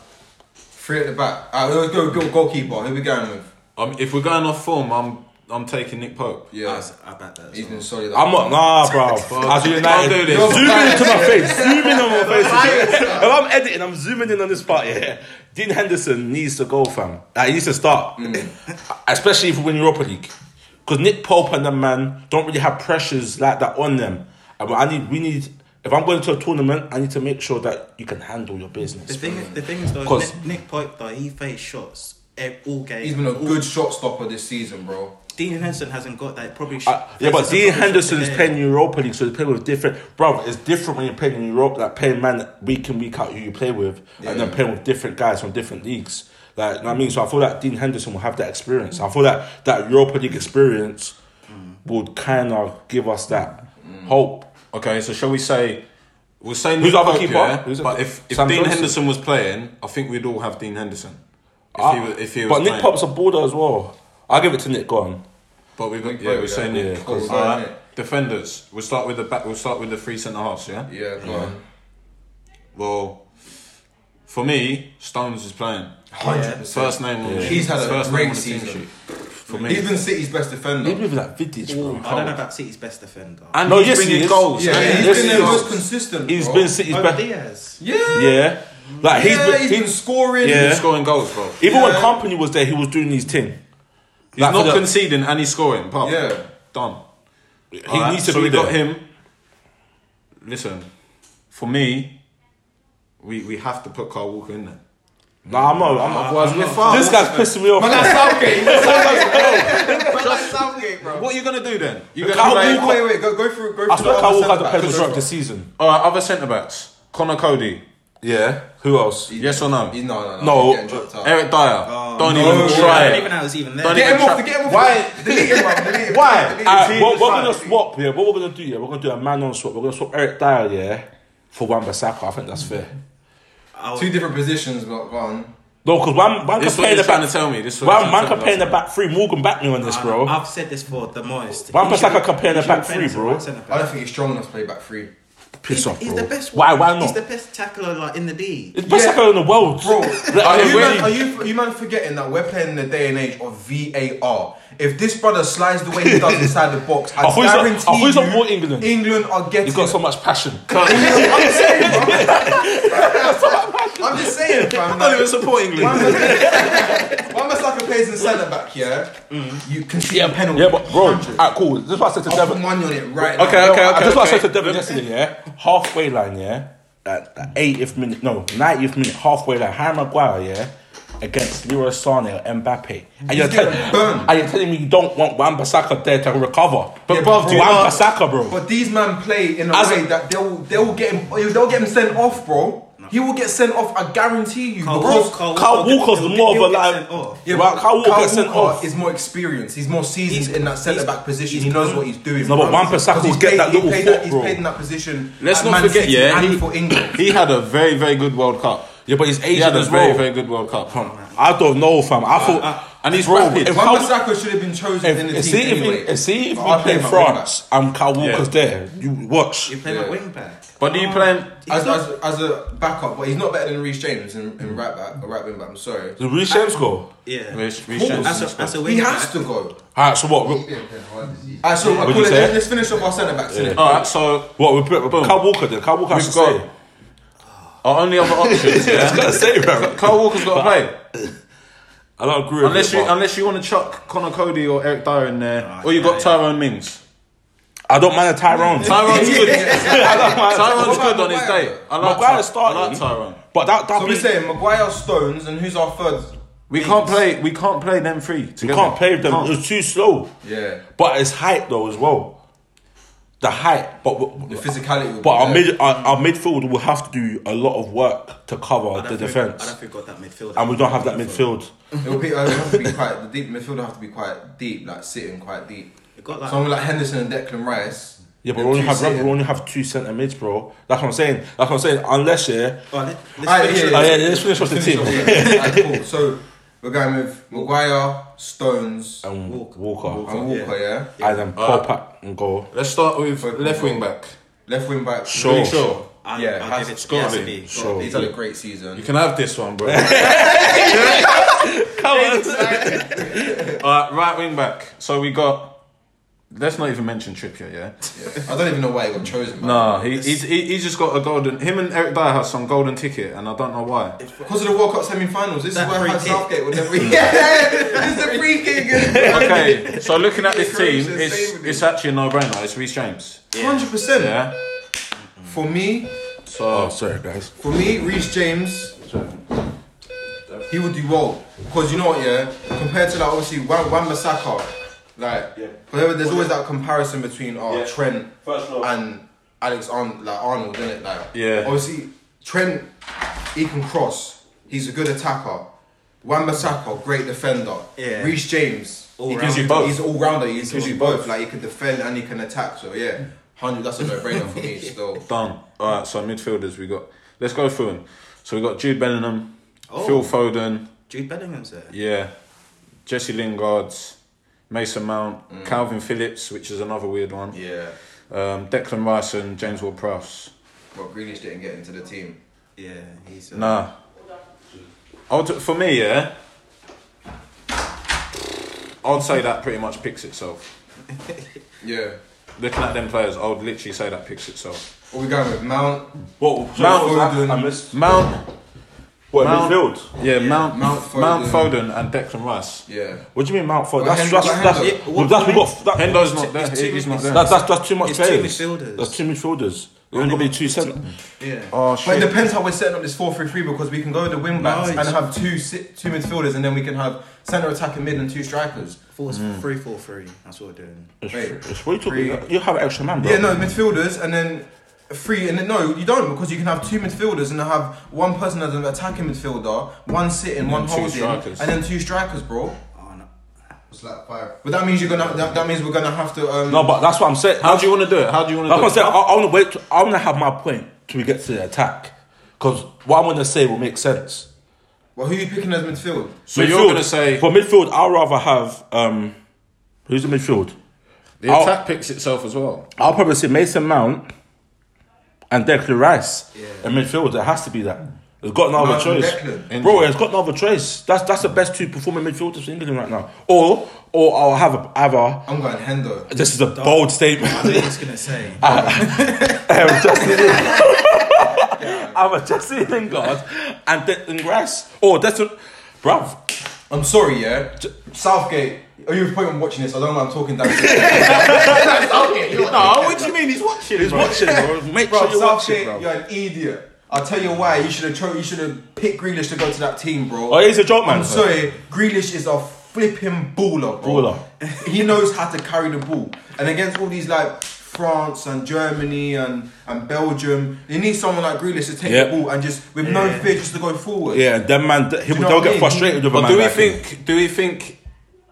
S3: Three at the back. Alright, let's go, go goalkeeper. Who we going with?
S2: Um, if we're going off form, I'm I'm taking Nick Pope.
S3: Yeah.
S4: I was- I bet that. as
S3: He's
S4: well.
S3: been solid.
S1: I'm not nah, bro. As a United,
S2: do this.
S1: zoom in into my
S3: You're
S1: face. Zoom in on my face. if I'm editing, I'm zooming in on this part. Yeah, Dean Henderson needs to go, fam. Like, he needs to start,
S2: Mm.
S1: especially if we win Europa League, because Nick Pope and them man don't really have pressures like that on them. And I need, we need. If I'm going to a tournament, I need to make sure that you can handle your
S4: The
S1: business.
S4: thing, is, the thing is though,
S1: 'Cause-
S4: Nick, Nick Pope though he faced shots ev- all game.
S3: He's been a
S4: all,
S3: good shot stopper this season, bro.
S4: Dean Henderson hasn't got that. Probably. Sh-
S1: Uh, yeah, but
S4: faces
S1: Dean
S4: a couple
S1: Henderson
S4: shots
S1: is
S4: a
S1: playing
S4: day.
S1: Europa League, so he's playing with different. Bro, it's different when you're playing in Europe, like playing man week in week out who you play with, and then
S3: Yeah.
S1: playing with different guys from different leagues. Like, you know what I mean? So I feel like Dean Henderson will have that experience. I feel that that Europa League experience
S3: Mm.
S1: would kind of give us that hope.
S2: Okay, so shall we say? We'll say Nick
S1: Who's the other
S2: Pope,
S1: keeper?
S2: yeah,
S1: Who's the-
S2: but if, if
S1: Sam
S2: Dean
S1: Johnson?
S2: Henderson was playing, I think we'd all have Dean Henderson. If he was, if he was
S1: Ah, but Nick
S2: playing.
S1: Pop's a baller as well. I'll give it to Nick. Go on.
S2: But we've got,
S3: Nick
S2: yeah,
S3: Pope,
S2: we're
S3: yeah.
S2: saying
S1: Yeah,
S2: Nick.
S3: cool.
S2: All right, defenders. We'll start with the back. We'll start with the three centre halves. Yeah.
S3: Yeah, go on.
S2: Well, for me, Stones is playing.
S3: 100%.
S2: First name on the
S3: He's had a
S2: first
S3: great
S2: name on the team
S3: season.
S2: sheet. For me,
S3: He's been City's best defender.
S1: Maybe with that vintage, bro.
S4: I don't know about City's best defender.
S2: and
S1: No,
S2: he's
S1: yes,
S2: been
S1: he
S2: in
S1: is.
S2: goals.
S3: Yeah,
S2: man.
S3: he's
S1: Yes,
S3: been
S1: he
S3: the
S1: is.
S3: most consistent.
S1: He's
S3: bro.
S1: been City's
S4: oh,
S1: best.
S4: Diaz.
S3: Yeah,
S1: Yeah, like he's
S3: yeah,
S1: been,
S3: he's
S1: he-
S3: been scoring.
S1: Yeah.
S2: He's scoring goals, bro. He's
S1: even when
S3: Yeah.
S1: Company was there, he was doing his thing. He's
S2: not conceding and he's scoring. Pop.
S3: Yeah.
S2: done.
S1: He
S2: All right,
S1: needs to
S2: so
S1: be
S2: we
S1: there.
S2: got him. Listen, for me, we we have to put Carl Walker in there.
S1: Nah, I'm not. I'm not.
S2: Otherwise, we're fucked.
S1: this guy's pissing me off.
S3: Man, that's Southgate. Man, that's Southgate, bro.
S2: What are you gonna do then? You
S1: Kyle
S2: gonna play?
S1: Walker-
S3: Wait, wait, wait, go, go through. Go
S1: I
S3: through
S1: thought Kyle
S3: the
S1: Walker had
S3: other
S1: the penalty
S3: centre-backs.
S1: drop this season.
S2: All right, other centre backs. Connor Cody.
S1: Yeah. Who else?
S2: Yes or no?
S3: He's- No, no, no.
S1: No,
S3: he's getting dropped out.
S2: Eric Dyer. don't
S3: no.
S2: even
S4: I
S2: try
S4: don't even
S2: it.
S4: know I was even there.
S2: Don't
S3: Get
S2: even
S3: him off.
S2: try-
S3: the- Get him off.
S2: Why?
S3: Delete him, man. Delete him.
S2: Why?
S3: Delete him.
S1: Uh,
S2: Is he
S1: we're,
S2: in
S1: we're
S2: the
S1: gonna
S2: side?
S1: swap. Yeah. What we're gonna do? Yeah. We're gonna do a man on swap. We're gonna swap Eric Dyer. Yeah. For Wan Bissaka, I think that's fair.
S4: I was-
S3: Two different positions, but go on.
S1: No, because Wan Wan
S2: This
S1: can
S2: is what
S1: play in
S2: you're
S1: the
S2: trying to
S1: back.
S2: tell me. This is what
S1: Wan
S2: you're
S1: Wan
S2: trying
S1: can
S2: to
S1: play in
S2: tell
S1: the
S2: me.
S1: back three. Morgan back me on this, bro.
S4: I've said this for the most.
S1: Wan
S4: He
S1: Bissaka
S4: should-
S1: can play in the
S4: he should
S1: back
S4: be playing
S1: three,
S4: as a
S1: bro.
S4: right centre back.
S3: I don't think he's strong enough to play back three.
S1: Piss off, bro.
S4: He's the best.
S1: why? Why
S4: He's
S1: not?
S4: the best tackler like in the league.
S1: It's best
S3: Yeah.
S1: tackler in the world,
S3: Bro,
S1: Like,
S3: are,
S1: I
S3: you
S1: mean,
S3: man,
S1: really-
S3: are you are you man forgetting that we're playing in the day and age of VAR? If this brother slides the way he does inside the box, I,
S1: I thought he's not- I
S3: guarantee
S1: thought he's not
S3: you,
S1: more England.
S3: England are getting.
S1: He's got so much passion.
S3: I'm saying, bro. I'm just saying, fam.
S2: I don't even
S3: like,
S2: support England.
S3: Wan Bissaka plays in centre back, yeah. You can see a penalty.
S1: Mm. Yeah, but bro,
S3: 100.
S1: alright, cool. This is what I said to
S3: I'll put
S1: Devon.
S3: money on it right
S2: Okay,
S3: now.
S2: okay.
S1: No, I just want to
S2: okay.
S1: say to Devin yesterday, yeah, halfway line, yeah, at the 80th minute, no, 90th minute, halfway line, Harry Maguire, yeah, against Leroy Sane or Mbappe, and you're, tell-
S3: getting burned.
S1: and you're telling me you don't want Wan Bissaka there to recover, but
S3: Yeah,
S1: bruv,
S3: bro,
S1: Wan
S3: uh,
S1: Bissaka, bro,
S3: But these men play in a
S1: As a-
S3: way that they'll they'll get him they'll get him sent off, bro. He will get sent off. I guarantee you,
S4: Carl
S3: because
S4: Walker- Carl
S1: Kyle
S4: Walker-
S1: Walker's
S4: he'll get-
S1: more of
S4: he'll
S1: a
S4: get
S1: like,
S4: sent off.
S1: yeah, but Kyle Walker gets sent off.
S3: is more experienced. He's more seasoned
S4: He's-
S3: in that centre back
S4: he's-
S3: position.
S4: he's
S3: He knows
S4: good.
S3: what he's doing.
S1: No, but
S3: bro.
S1: Wan Bissaka will
S3: Because he's
S1: get that
S3: he
S1: little
S3: played
S1: foot,
S3: he's
S1: bro.
S3: played in that position.
S2: Let's
S3: at
S2: not
S3: Man
S2: forget,
S3: City
S2: yeah,
S3: and
S2: he-
S3: for England.
S2: He had a very, very good World Cup.
S1: Yeah, but he's Asian
S2: He had a
S1: as
S2: very,
S1: well.
S2: very good World Cup.
S1: I don't know, fam. I thought.
S2: and he's
S1: Bro,
S2: rapid.
S1: if-
S3: Wan Bissaka should have been chosen in
S1: if,
S3: the
S1: if see
S3: team
S1: if,
S3: anyway.
S1: if see if
S3: But
S1: we
S3: I
S1: play
S3: him at
S1: France and Kyle Walker's there, you watch.
S4: You play
S3: Yeah.
S4: that wing back.
S2: But do you play him?
S3: wing back. as, as, as a backup, but he's not better than Reece James in, in right back or right wing back. I'm sorry.
S1: Did Reece James go?
S4: Yeah.
S2: Reece- Reece James
S4: As
S2: is
S4: a, as a wing
S3: He has
S4: back,
S3: to go.
S1: Alright, so what? we-
S3: Alright, so
S1: What'd
S3: I'll
S1: you
S3: call it,
S1: say?
S3: let's finish up our centre backs. innit?
S2: All right, so
S1: What we put Kyle Walker then? Kyle Walker has to
S2: We've got-
S1: stay.
S2: our only other options.
S1: I was
S2: Yeah?
S1: gonna say, bro.
S2: Kyle Walker's got to play.
S1: I don't agree with
S2: Unless
S1: you.
S2: you
S1: but
S2: unless you want to chuck Connor Cody or Eric Dyer in there,
S4: Nah,
S2: or you got
S4: yeah.
S2: Tyrone Mings.
S1: I don't mind a Tyrone.
S2: Tyrone's good. Tyrone's
S3: What
S2: good
S3: about
S2: on his
S3: Maguire?
S2: day. I like,
S1: Maguire's
S2: Ty- I
S1: starting.
S2: like Tyrone.
S1: But that that
S3: So we're
S1: be,
S3: saying Maguire, Stones, and who's our third?
S2: We can't play. We can't play them three
S1: you
S2: together.
S1: can't play with them.
S2: Can't.
S1: It's too slow.
S3: Yeah.
S1: But it's height though as well. The height, but we-
S3: The physicality. would
S1: but
S3: be
S1: our
S3: there.
S1: mid our, our midfield will have to do a lot of work to cover
S4: I
S1: the
S4: don't think- I
S1: defense,
S4: don't think we've got that midfield.
S1: and we don't have that midfield.
S3: It would be, it would have to be quite, the deep midfield have to be quite deep, like sitting quite deep.
S4: We've got like
S3: Someone like Henderson and Declan Rice.
S1: Yeah, but
S3: and
S1: we only
S3: two
S1: have
S3: sitting.
S1: we only have two centre mids, bro. That's what I'm saying. That's what I'm saying. Unless yeah,
S4: Oh, let, let's
S3: Alright,
S4: finish
S1: yeah.
S4: it.
S1: Oh, let's finish off the team.
S3: off, yeah. Alright, cool. So we're going with Maguire, Stones, and
S1: um,
S4: Walker.
S1: Walker,
S3: Walker. Yeah,
S1: and then
S2: Uh,
S1: Popa and goal.
S2: Let's start with
S3: Fucking
S2: left wing back.
S3: left wing back.
S1: Sure.
S2: Really sure.
S4: I'll,
S3: Yeah,
S4: I'll
S3: has-
S4: give it
S2: it's
S4: to
S2: gotta
S4: PSV.
S2: be.
S1: Sure.
S3: He's had a great season.
S2: You can have this one, bro.
S1: Come on.
S2: All right, right wing back. So we got. Let's not even mention Trippier, yeah.
S3: Yeah. I don't even know why he got chosen.
S2: Nah, he, he's he, he's just got a golden. Him and Eric Dyer have some golden ticket, and I don't know why.
S3: because of the World Cup semi-finals. This
S4: That
S3: is where
S4: free
S3: Hans
S4: kick.
S3: Southgate would never. yeah, it's a free kick.
S2: Okay, so looking at this team,
S3: Croatia's
S2: it's
S3: saving
S2: it's actually a no-brainer. It's Reece James.
S3: Hundred percent.
S2: Yeah.
S3: For me,
S1: Oh,
S2: So
S1: sorry guys.
S3: For me, Reece James, he would do well because you know what, yeah. Compared to like obviously Wan Wan Bissaka, like whatever. There's always that comparison between uh,
S1: Yeah.
S3: Trent
S1: First row.
S3: and Alex Arn- like Arnold, isn't it? Like
S2: Yeah.
S3: Obviously, Trent, he can cross. He's a good attacker. Wan Bissaka, great defender.
S4: Yeah.
S3: Reece James, he
S4: All-rounder. Gives
S2: you both.
S3: He's all rounder. He gives you both. Like he can defend and he can attack. So yeah, hundred. That's a no brainer for me. Still.
S2: done. All right. So midfielders, we got. Let's go through them. So we got Jude Bellingham, Phil Foden,
S4: Jude Bellingham's there.
S2: yeah, Jesse Lingard, Mason Mount, Calvin Phillips, which is another weird one.
S3: Yeah.
S2: Um, Declan Rice and James Ward-Prowse.
S3: Well, Greenish didn't get into the team.
S4: Yeah, he's. Uh,
S2: Nah. I would, for me, yeah. I'd say that pretty much picks itself.
S3: Yeah.
S2: Looking at them players, I would literally say that picks itself.
S3: What we going with Mount?
S1: What? So
S2: Mount
S1: what was that?
S3: Foden.
S1: I missed.
S2: Mount,
S1: What
S2: Mount-
S1: midfield?
S2: yeah, Mount,
S3: Mount
S2: Mount
S3: Foden.
S2: Foden. and Declan Rice.
S3: Yeah.
S1: What do you mean Mount Foden?
S3: Well,
S1: That's
S3: Hen-
S1: that's
S3: well,
S1: that's,
S3: Hendo.
S1: that's, well, that's we got that,
S2: Hendo's not there.
S4: it's two-
S2: He- he's not
S4: it's-
S2: there.
S1: That's, that's, that's too much
S4: It's two
S1: players.
S4: midfielders.
S1: That's two midfielders. You're only gonna be two centre.
S4: Yeah.
S2: oh
S3: But it
S2: shit!
S3: depends how we're setting up this 4 3 3 because we can go with the wing backs and
S4: it's-
S3: have two sit, two midfielders and then we can have centre attack and mid and two strikers.
S4: Four, three, four, three. That's what we're doing.
S1: It's,
S3: Wait.
S1: it's way too big. You have an extra man, bro.
S3: Yeah, no, midfielders and then three. And then, no, you don't because you can have two midfielders and have one person as an attacking midfielder, one sitting, one
S2: two
S3: holding,
S2: strikers.
S3: and then two strikers, bro.
S4: Oh, no.
S5: It's like five.
S3: But that means you're gonna. That, that means we're gonna have to. Um,
S1: No, but that's what I'm saying.
S2: How do you want to do it? How do you want to
S1: That's
S2: do
S1: what I'm
S2: it?
S1: saying. I, I want to wait. till- I want to have my point till we get to the attack, because what I'm gonna say will make sense.
S3: Well, who are you picking as midfield?
S2: So you're gonna say
S1: for midfield, I'd rather have um, who's the midfield?
S2: the
S1: I'll-
S2: attack picks itself as well.
S1: I'll probably say Mason Mount and Declan Rice
S4: Yeah.
S1: in midfield. It has to be that. It's got no other
S3: Mount and
S1: choice,
S3: Declan.
S1: bro. It's got no other choice. That's that's the best two performing midfielders in England right now. Or or I'll have a, have a
S3: I'm going Hendo.
S1: this is a bold statement.
S4: I knew he was gonna say.
S1: I'm Jesse Lingard. I'm a Jesse Lingard and Declan Rice. Oh, that's a, bruv.
S3: I'm sorry, yeah. J- Southgate, are you point on watching this? I don't know. I'm talking down. Southgate, you're
S1: Oh, what do you mean? He's watching. He's watching, bro. Make
S3: bro,
S1: sure you're watching,
S3: Southgate,
S1: bro.
S3: you're an idiot. I'll tell you why. You should have cho- You should have picked Grealish to go to that team, bro.
S1: Oh, he's a joke, man.
S3: I'm sorry, Grealish is a flipping baller, bro.
S1: Baller.
S3: he knows how to carry the ball, and against all these like France and Germany and and Belgium, you need someone like Grealish to take
S1: Yeah.
S3: the ball and just with no fear just to go forward.
S1: Yeah, them man, th- he,
S3: you know
S1: they'll
S3: what I
S1: get
S3: mean?
S1: frustrated with a
S2: But
S1: man.
S2: do we
S1: like him.
S2: think? Do we think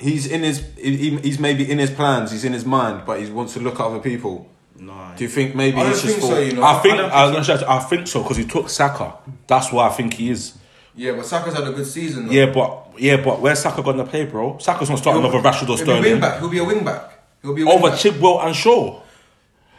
S2: he's in his? he- He's maybe in his plans. He's in his mind, but he wants to look at other people.
S4: No.
S2: Do you think maybe
S3: I don't
S2: he's just
S3: think so.
S2: thought-
S3: You know,
S1: I think
S3: don't
S1: I, I, I think so because he took Saka That's why I think he is.
S3: Yeah, but Saka's had a good season. Though.
S1: Yeah, but yeah, but where's Saka gonna play, bro? Saka's gonna start another Rashford or
S3: He'll be a wing
S1: Sterling
S3: back. He'll be a wing back. He'll be a wing
S1: over
S3: back.
S1: Chibwell and Shaw.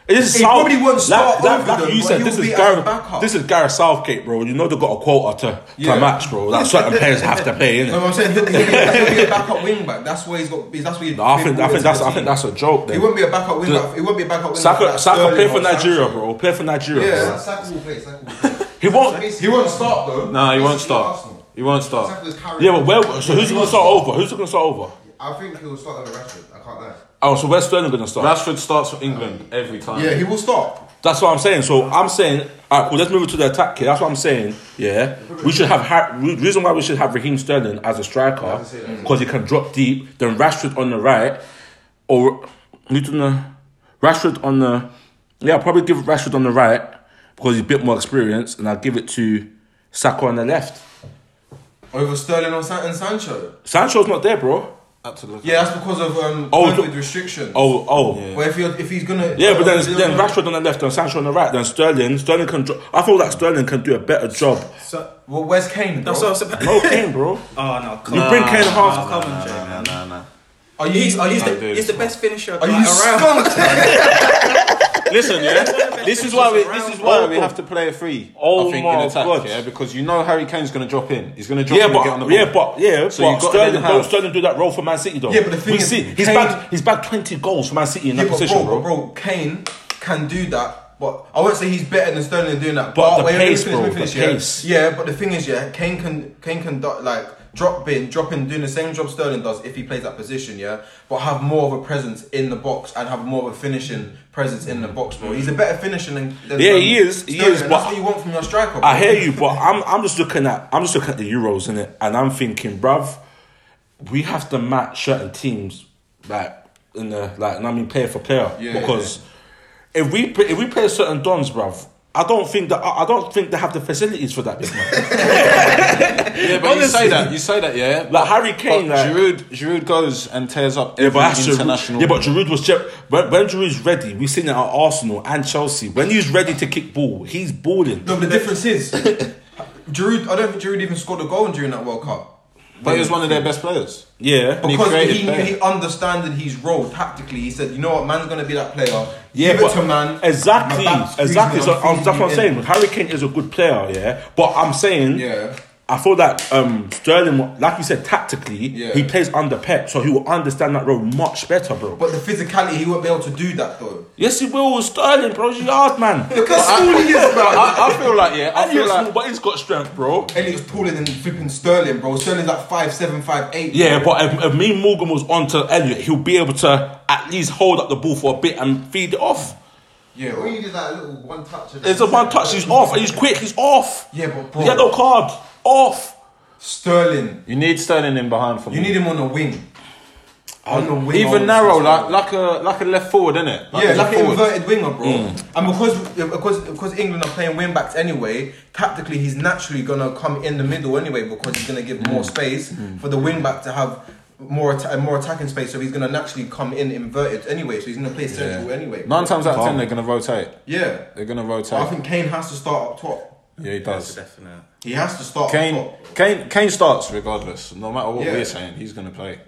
S1: It is
S3: He probably won't start over them,
S1: you
S3: but
S1: said,
S3: he
S1: this
S3: will
S1: is
S3: be as a
S1: Gareth.
S3: backup.
S1: This is Gareth Southgate, bro. You know they got a quota to,
S3: Yeah.
S1: to match, bro. That certain players have to play,
S3: No,
S1: innit?
S3: I'm saying he'll be, he'll, be, he'll be a backup wing back. That's where he's got. That's where. He
S1: No, I think I think that's I think that's a joke.
S3: He
S1: Then.
S3: won't be a backup wing
S1: The-
S3: back. He won't be a backup wing back.
S1: Saka,
S3: like
S1: Saka
S3: Sterling
S1: play for
S3: or Sancho.
S1: Nigeria, bro. Play for Nigeria.
S3: Yeah.
S1: bro.
S5: Saka will play. Saka will play.
S1: He won't.
S5: Basically,
S3: He won't start though.
S2: No, he won't
S5: Basically,
S2: start.
S5: Arsenal.
S2: He won't start.
S5: Saka's carrying-
S1: Yeah, but where? So who's he gonna start over? Who's he gonna start over?
S5: I think he'll start on the Rashford. I can't lie.
S1: Oh, so where's Sterling gonna start?
S2: Rashford starts for England every time.
S3: Yeah, he will start.
S1: That's what I'm saying. So I'm saying, all right, cool, let's move it to the attack here. That's what I'm saying. Yeah, we should have Har- re- reason why we should have Raheem Sterling as a striker because he can drop deep. Then Rashford on the right, or Newton, uh, Rashford on the yeah, I'll probably give Rashford on the right because he's a bit more experienced, and I'll give it to Saka on the left.
S3: Over Sterling or San- and Sancho.
S1: Sancho's not there, bro.
S2: Absolutely.
S3: Yeah, that's because of um
S1: Oh, so-
S3: COVID restrictions.
S1: Oh, oh. Yeah.
S3: Well, if you're, if he's gonna
S1: but then, then Rashford on the left and Sancho on the right. Then Sterling, Sterling can. Dro- I feel like Sterling can do a better job.
S4: So
S3: Well, where's Kane? Bro?
S4: that's what I was about.
S1: No Kane, bro.
S4: Oh no, come
S1: You
S4: on.
S1: bring Kane half.
S4: Oh, come on, Jay,
S2: Nah,
S4: man.
S2: nah, nah.
S3: are you?
S4: He's,
S3: are you?
S4: he's, the,
S2: dude.
S4: he's the best finisher
S3: Are you
S4: like, around.
S3: skunked?
S2: Listen, yeah. this is why we. This is why we have to play a three.
S1: Oh
S2: I think,
S1: my
S2: in attack,
S1: God.
S2: Yeah, because you know Harry Kane's going to drop in. He's going to drop
S1: Yeah,
S2: in and get on the
S1: but
S2: ball.
S1: yeah, but yeah,
S2: So
S1: but
S2: you've got
S1: Sterling,
S2: then
S1: bro,
S2: have-
S1: Sterling do that role for Man City though.
S3: Yeah, but the thing
S1: we
S3: is,
S1: see, he's
S3: Kane-
S1: back, he's back twenty goals for Man City in
S3: yeah,
S1: that
S3: but
S1: position,
S3: bro,
S1: bro.
S3: bro, bro, Kane can do that. But I won't say he's better than Sterling doing that.
S1: But the
S3: wait, let me
S1: pace,
S3: finish,
S1: bro,
S3: let me finish,
S1: the
S3: yeah.
S1: pace.
S3: Yeah, but the thing is, yeah, Kane can Kane can do- like drop in, drop in, doing the same job Sterling does if he plays that position, yeah. But have more of a presence in the box and have more of a finishing presence in the box, bro. He's a better finisher than, than
S1: Yeah,
S3: than
S1: he is, he
S3: Sterling,
S1: is,
S3: and
S1: but-
S3: that's what you want from your striker. Bro.
S1: I hear you, but I'm I'm just looking at I'm just looking at the Euros in it, and I'm thinking, bruv, we have to match certain teams like in the like, and I mean player for player
S3: Yeah,
S1: because if we pl- if we play certain dons, bruv. I don't think that I I don't think they have the facilities for that. big man.
S2: Yeah, but you say that. You say that. Yeah.
S1: like Harry Kane,
S2: But
S1: like,
S2: Giroud, Giroud goes and tears up
S1: Yeah,
S2: every
S1: but that's
S2: international.
S1: Giroud. Yeah, but Giroud was chep- when, when Giroud's ready. We've seen it at Arsenal and Chelsea. When he's ready to kick ball, he's balling.
S3: No, but the difference is, Giroud. I don't think Giroud even scored a goal during that World Cup.
S2: But he was one of their best players.
S1: Yeah,
S2: he
S3: Because
S2: created
S3: he, knew
S2: better.
S3: he understood his role tactically. He said, "You know what, man's gonna be that player.
S1: yeah,
S3: Give it to man.
S1: exactly,
S3: My back's
S1: exactly.
S3: freezing,
S1: So
S3: I'm
S1: um, that's what I'm
S3: freezing
S1: saying. Harry Kane is a good player, yeah. But I'm saying,
S3: Yeah.
S1: I feel that um, Sterling, like you said, tactically,
S3: Yeah.
S1: he plays under Pep, so he will understand that role much better, bro.
S3: But the physicality, he won't be able to do that though.
S1: yes, he will. Sterling, bro, he's hard man.
S3: Look how small he is, bro.
S2: I, I feel like yeah. I
S1: And
S2: feel
S1: he's
S2: like
S1: small, but he's got strength, bro.
S3: Elliot's taller than flipping Sterling, bro. Sterling's like five seven, five eight.
S1: Yeah, but if, if me and Morgan was onto Elliot, he'll be able to at least hold up the ball for a bit and feed it off.
S5: All
S3: yeah,
S5: you need is that little one touch. and-
S1: It's a one touch, he's off, he's quick, he's off.
S3: yeah, but bro,
S1: Yellow card, off.
S3: Sterling.
S2: You need Sterling in behind for me.
S3: You need him on the wing. On the wing,
S2: even
S3: on-
S2: narrow, like like a like a left forward, innit? a
S3: yeah, like an
S2: forward.
S3: inverted winger, bro. And because because because England are playing wing backs anyway, tactically he's naturally gonna come in the middle anyway because he's gonna give more space for the wing back to have more atta- uh, more attacking space. So he's gonna naturally come in inverted anyway. So he's gonna play central anyway.
S2: Nine times out of ten,
S1: Calm.
S2: they're gonna rotate.
S3: Yeah,
S2: They're gonna
S3: but I
S2: rotate.
S3: think Kane has to start up top.
S2: Yeah, he
S4: That's
S2: does.
S4: definite.
S3: He has to start up
S2: Kane,
S3: top.
S2: Kane, Kane starts regardless. No matter what
S3: Yeah.
S2: we're saying, he's gonna play.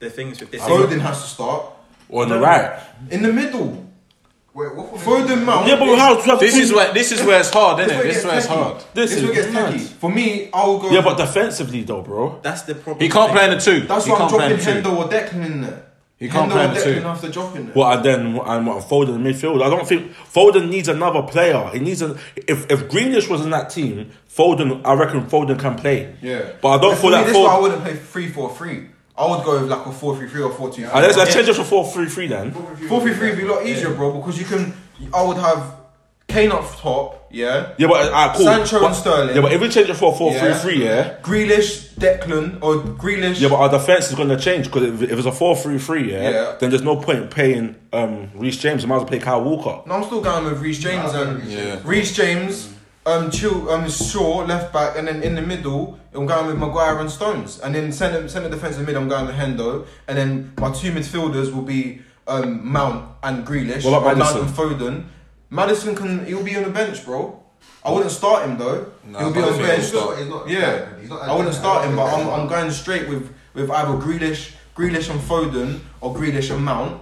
S4: The thing is, it's
S3: Foden has to start
S1: Or on the right.
S3: in the middle.
S5: Wait, what for
S3: Foden Mount.
S1: Yeah, but how do you have
S2: This
S1: three-
S2: is where this is where it's hard,
S3: This
S2: innit?
S3: where it
S2: This is
S3: gets
S2: where it's
S3: techie.
S2: hard.
S1: This
S3: This,
S1: is
S3: will get
S1: mad.
S3: techie. For me, I'll go.
S1: Yeah, but defensively though, bro.
S4: that's the problem.
S2: He can't play in a two.
S3: that's
S2: he
S3: why I'm
S2: can't play
S3: dropping
S2: in a two.
S3: Hendo or Declan in there.
S2: He can't
S3: Hendo
S2: play
S3: or
S2: in the two.
S3: Declan after dropping there.
S1: What and then and what Foden in midfield. I don't think Foden needs another player. He needs a if if Greenish was in that team, Foden I reckon Foden can play.
S3: Yeah.
S1: But I don't
S3: For
S1: feel
S3: me,
S1: that
S3: This is why I
S1: Foden.
S3: wouldn't play 3 4 3. I would go with like a 4 3 3 or 4 2 3.
S1: Uh, Let's let's change it to four three three then.
S3: 4 3 3 would be a lot easier, bro, because you can. I would have Kane up top, yeah?
S1: Yeah, but uh, cool.
S3: Sancho
S1: but,
S3: and Sterling.
S1: Yeah, but if we change it for four three three,
S3: Yeah.
S1: yeah.
S3: Grealish, Declan, or Grealish.
S1: Yeah, but our defense is going to change because if, if it's a 4 3 3, yeah,
S3: Yeah.
S1: then there's no point in paying um, Reece James. You might as well pay Kyle Walker.
S3: no, I'm still going with Reece James and.
S2: Yeah.
S3: Reece James, um, Chil, um, Shaw, left back, and then in the middle, I'm going with Maguire and Stones. And then centre, centre defensive mid, I'm going with Hendo. And then my two midfielders will be um, Mount and Grealish.
S1: What about
S3: or Mount
S1: Maddison?
S3: and Foden. Madison can, he'll be on the bench, bro. I wouldn't start him though.
S2: Nah,
S3: He'll be
S2: but
S3: on
S2: he's
S3: bench.
S2: not start.
S5: He's not.
S3: Yeah,
S5: he's not-
S3: I wouldn't start him, but I'm, I'm going straight with, with either Grealish, Grealish and Foden, or Grealish and Mount.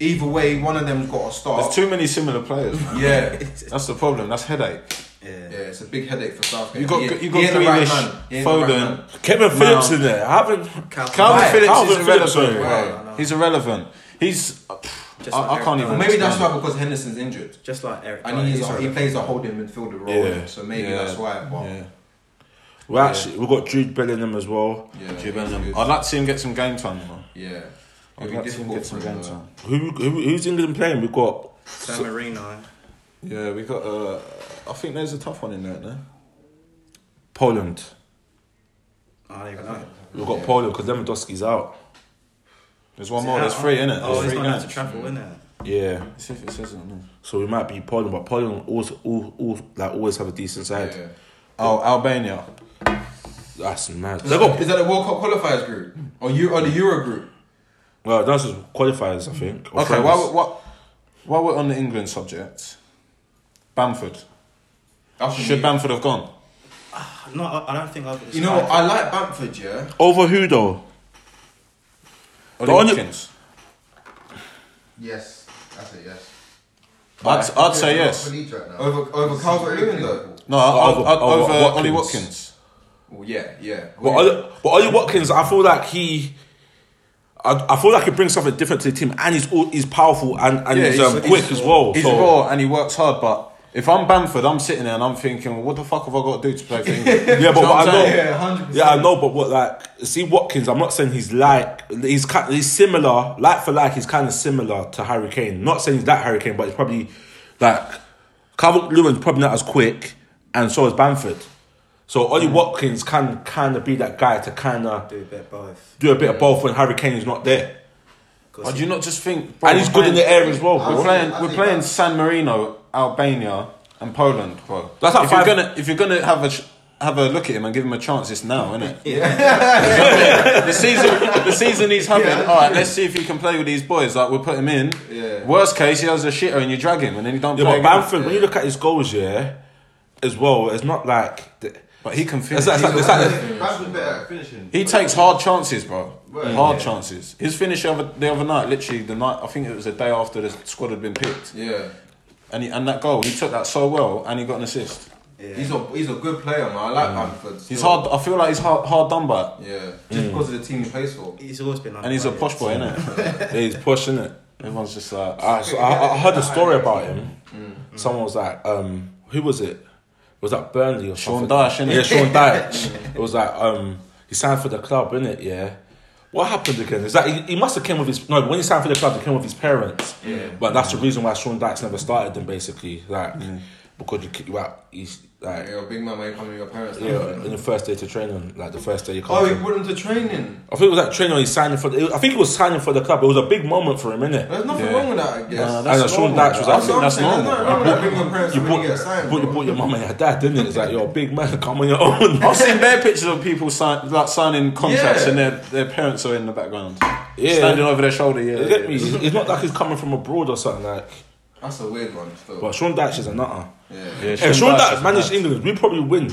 S3: Either way, one of them's got to
S2: There's
S3: start.
S2: too many similar players. man.
S3: yeah,
S2: That's the problem. That's headache.
S4: Yeah.
S3: yeah, it's a big headache for Southgate.
S2: You got
S3: He ain't-
S2: you got
S3: he ain't the right
S2: Grealish,
S3: man. He ain't the right
S2: Foden.
S3: man.
S1: Kevin Phillips
S2: No.
S1: in there. I haven't.
S2: Calvin
S3: Why?
S2: Phillips
S1: Calvin Phillips,
S2: is irrelevant.
S1: sorry.
S2: bro.
S4: Wow.
S2: He's irrelevant. He's.
S4: Just
S2: I,
S4: like
S2: I can't
S4: Eric
S2: even.
S3: Well, maybe that's
S2: understand.
S3: why because Henderson's injured.
S4: Just like Eric.
S3: And
S4: Dyer,
S3: he's,
S4: he's
S3: a, he
S4: relevant.
S3: plays a holding midfielder role,
S1: Yeah.
S3: so maybe
S2: Yeah.
S3: that's why. But yeah,
S2: Yeah.
S1: Well, actually, we've got Jude Bellingham as well.
S2: Jude Bellingham. I'd like to see him get some game time. Man.
S3: yeah,
S2: I'd
S3: it'd
S2: like
S3: be
S2: to see him
S3: difficult
S2: get
S3: for
S2: some
S3: him. uh,
S2: game
S3: though.
S2: time.
S1: Who, who who's England playing? We've got
S4: San Marino.
S2: Yeah, we got. Uh, I think there's a tough one in there. No?
S1: Poland.
S4: I don't even know.
S1: We've got Poland because Lewandowski's out.
S2: There's one more. There's three in it.
S4: Oh,
S2: There's
S4: he's
S2: three
S4: gonna have to
S2: games.
S4: travel, isn't it?
S1: Yeah,
S2: Let's see if it says it on there.
S1: so we might be Poland, but Poland always, all, all, like, always have a decent side.
S3: Yeah.
S2: Oh, Albania.
S1: That's mad.
S3: Is
S1: They
S3: that, Hmm.
S1: got,
S3: is that the World Cup qualifiers group or you or the Euro group?
S1: well, that's just qualifiers, I think. or
S2: Okay,
S1: friendlies.
S2: while, we- while, while we're on the England subject, Bamford.
S3: That's for
S2: Should
S3: me.
S2: Bamford have gone?
S4: No, I I don't think I've.
S3: you know, what, I like Bamford, yeah.
S1: over who though?
S2: Ollie
S1: The only-
S2: Watkins?
S5: Yes, that's it. Yes.
S2: I'd, I'd say yes.
S3: Over over Calvert Lewin though.
S2: No, I'd,
S1: Over-
S2: I'd,
S1: over
S2: over
S1: Watkins.
S2: Ollie Oh, Watkins.
S3: Well, yeah, yeah.
S1: But Ollie, but Ollie Watkins, I feel like he, I, I feel like he brings something different to the team, and he's all, he's powerful and, and
S2: Yeah,
S1: he's,
S2: he's-
S1: um,
S2: he's-
S1: quick as well.
S2: He's
S1: so-
S2: raw and he works hard, but if I'm Bamford, I'm sitting there and I'm thinking, what the fuck have I got to do to play for England?
S1: Yeah, but
S2: Do you know
S1: what
S2: what
S1: I
S2: I'm
S1: know,
S2: saying?
S3: Yeah, 100%.
S1: Yeah, I know, but what like see Watkins? I'm not saying he's like he's ki- he's similar, like for like, he's kind of similar to Harry Kane. Not saying he's that Harry Kane, but he's probably like Calvert Lewin's probably not as quick, and so is Bamford. So Ollie Watkins can kind of be that guy to kind of
S4: do a bit both.
S1: do a bit of both when Harry Kane is not there,
S4: 'Cause
S2: Or do you not just think. bro,
S1: and he's
S2: we're
S1: good in the
S2: playing-
S1: air as well.
S2: We're
S1: Bro.
S2: playing,
S5: I
S2: we're
S5: think
S2: playing
S5: that-
S2: San Marino, Albania, and Poland, bro.
S1: That's not
S2: if you're
S1: five-
S2: gonna if you're gonna have a ch- have a look at him and give him a chance. It's now, isn't it? the season, the season he's having.
S5: Yeah, that's
S2: all right,
S5: true.
S2: let's see if he can play with these boys. Like we'll put him in.
S3: Yeah.
S2: Worst case, he has a shitter and you drag him, and then he don't
S1: Yeah,
S2: play.
S1: but
S2: again.
S1: Bamford, when you look at his goals, yeah, as well, it's not like. The,
S2: But he can
S1: it's
S2: finish.
S1: like, it's like, it's like-
S5: Bamford's better at finishing.
S2: he takes hard chances, bro.
S5: Right.
S2: Hard
S5: Yeah.
S2: chances. His finish the other, the other night, literally the night. I think it was the day after the squad had been picked,
S3: Yeah.
S2: and he, and that goal, he took that so well, and he got an assist.
S4: Yeah.
S3: He's a he's a good player, man. I like Bamford.
S2: Mm. He's
S3: still.
S2: hard. Mm. I feel like he's hard, hard done by, it.
S3: Yeah, just because of the team he plays for.
S4: He's always been.
S2: and he's a posh
S4: underrated.
S2: boy, innit?
S1: he's pushing it.
S2: Everyone's just like, ah,
S1: I, so I, I heard a story about him. Someone was like, um, who was it? Was that Burnley or
S2: Sean
S1: something?
S2: Dyche, innit?
S1: Yeah, Sean Dyche. it was like, um, he signed for the club, innit? Yeah. What happened again? Is that he, he must have came with his no? When he signed for the club, he came with his parents.
S3: Yeah.
S1: But that's the reason why Sean Dyche never started them, basically. Like because you, you out, he's like
S3: Like, you're a big man when you come to your parents.
S1: yeah, in the first day to training, like the first day you come.
S3: Oh,
S1: to-
S3: he put him to training.
S1: I think it was that training. He signing for. The, I think he was signing for the club. It was a big moment for him, innit?
S3: There's nothing
S2: Yeah.
S3: wrong with that, I guess.
S2: Nah,
S1: And Sean
S2: normal,
S1: Dyche was
S2: bro.
S1: like,
S2: I think that's normal.
S3: There's nothing
S2: bro.
S3: wrong with that, bringing your parents
S1: You
S3: when
S1: bought,
S3: you get signed,
S1: but you
S3: bro.
S1: bought your mum and your dad, didn't it? It's like you're a big man, come on your own.
S2: I've seen bare pictures of people sign, like signing contracts
S3: Yeah.
S2: and their, their parents are in the background.
S1: Yeah.
S2: Standing over their shoulder, yeah.
S1: You get
S2: yeah.
S1: me? It's it's not like he's coming from abroad or something like.
S3: That's a weird one, still.
S1: But Sean Dyche is a nutter.
S3: yeah.
S2: Yeah,
S1: If Sean
S2: Dyche is
S1: Dyche managed
S2: mad.
S1: England, we probably win.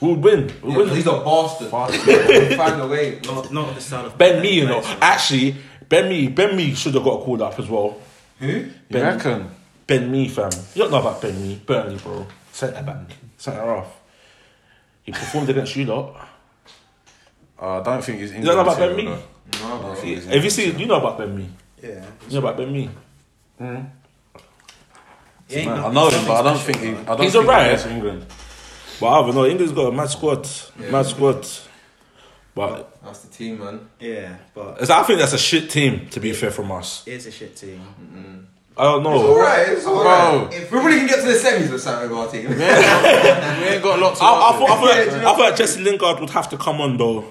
S1: We would win. We
S3: Yeah,
S1: would win.
S3: he's a bastard. He'll Find a way.
S4: Not, not the style of
S1: Ben Me, you know.
S4: plays.
S1: Actually, Ben Me, Ben Me should have got called up as well.
S3: Who?
S2: You reckon?
S1: Ben Me, fam. You don't know about Ben Me, Burnley, bro. Centre back, centre half. He performed against you lot.
S2: Uh, I don't think he's England.
S1: You don't know about Ben
S2: material,
S1: Me.
S2: though.
S3: No, bro.
S2: Yeah.
S1: Have you seen? You know about Ben Me.
S4: Yeah.
S1: You know about Ben Me.
S4: He ain't
S2: I
S4: nothing-
S2: know
S4: he's
S2: him, but I
S4: nothing
S2: don't
S4: special,
S2: think he. I
S4: though.
S2: don't
S1: He's
S2: think
S1: alright.
S2: He gets England.
S1: But I don't know. England's got a mad squad. Mad squad. But
S3: That's the team, man.
S4: Yeah, but
S1: It's- I think that's a shit team, to be fair, from us.
S4: it is a shit team.
S1: I don't
S3: It's
S1: know.
S3: alright, it's
S2: Bro.
S3: alright. If we really can get to the semis with Saturday with our team.
S2: we ain't got a lot to.
S1: I, I, thought, I, thought,
S3: Yeah,
S1: I
S3: yeah.
S1: thought that Jesse Lingard would have to come on, though.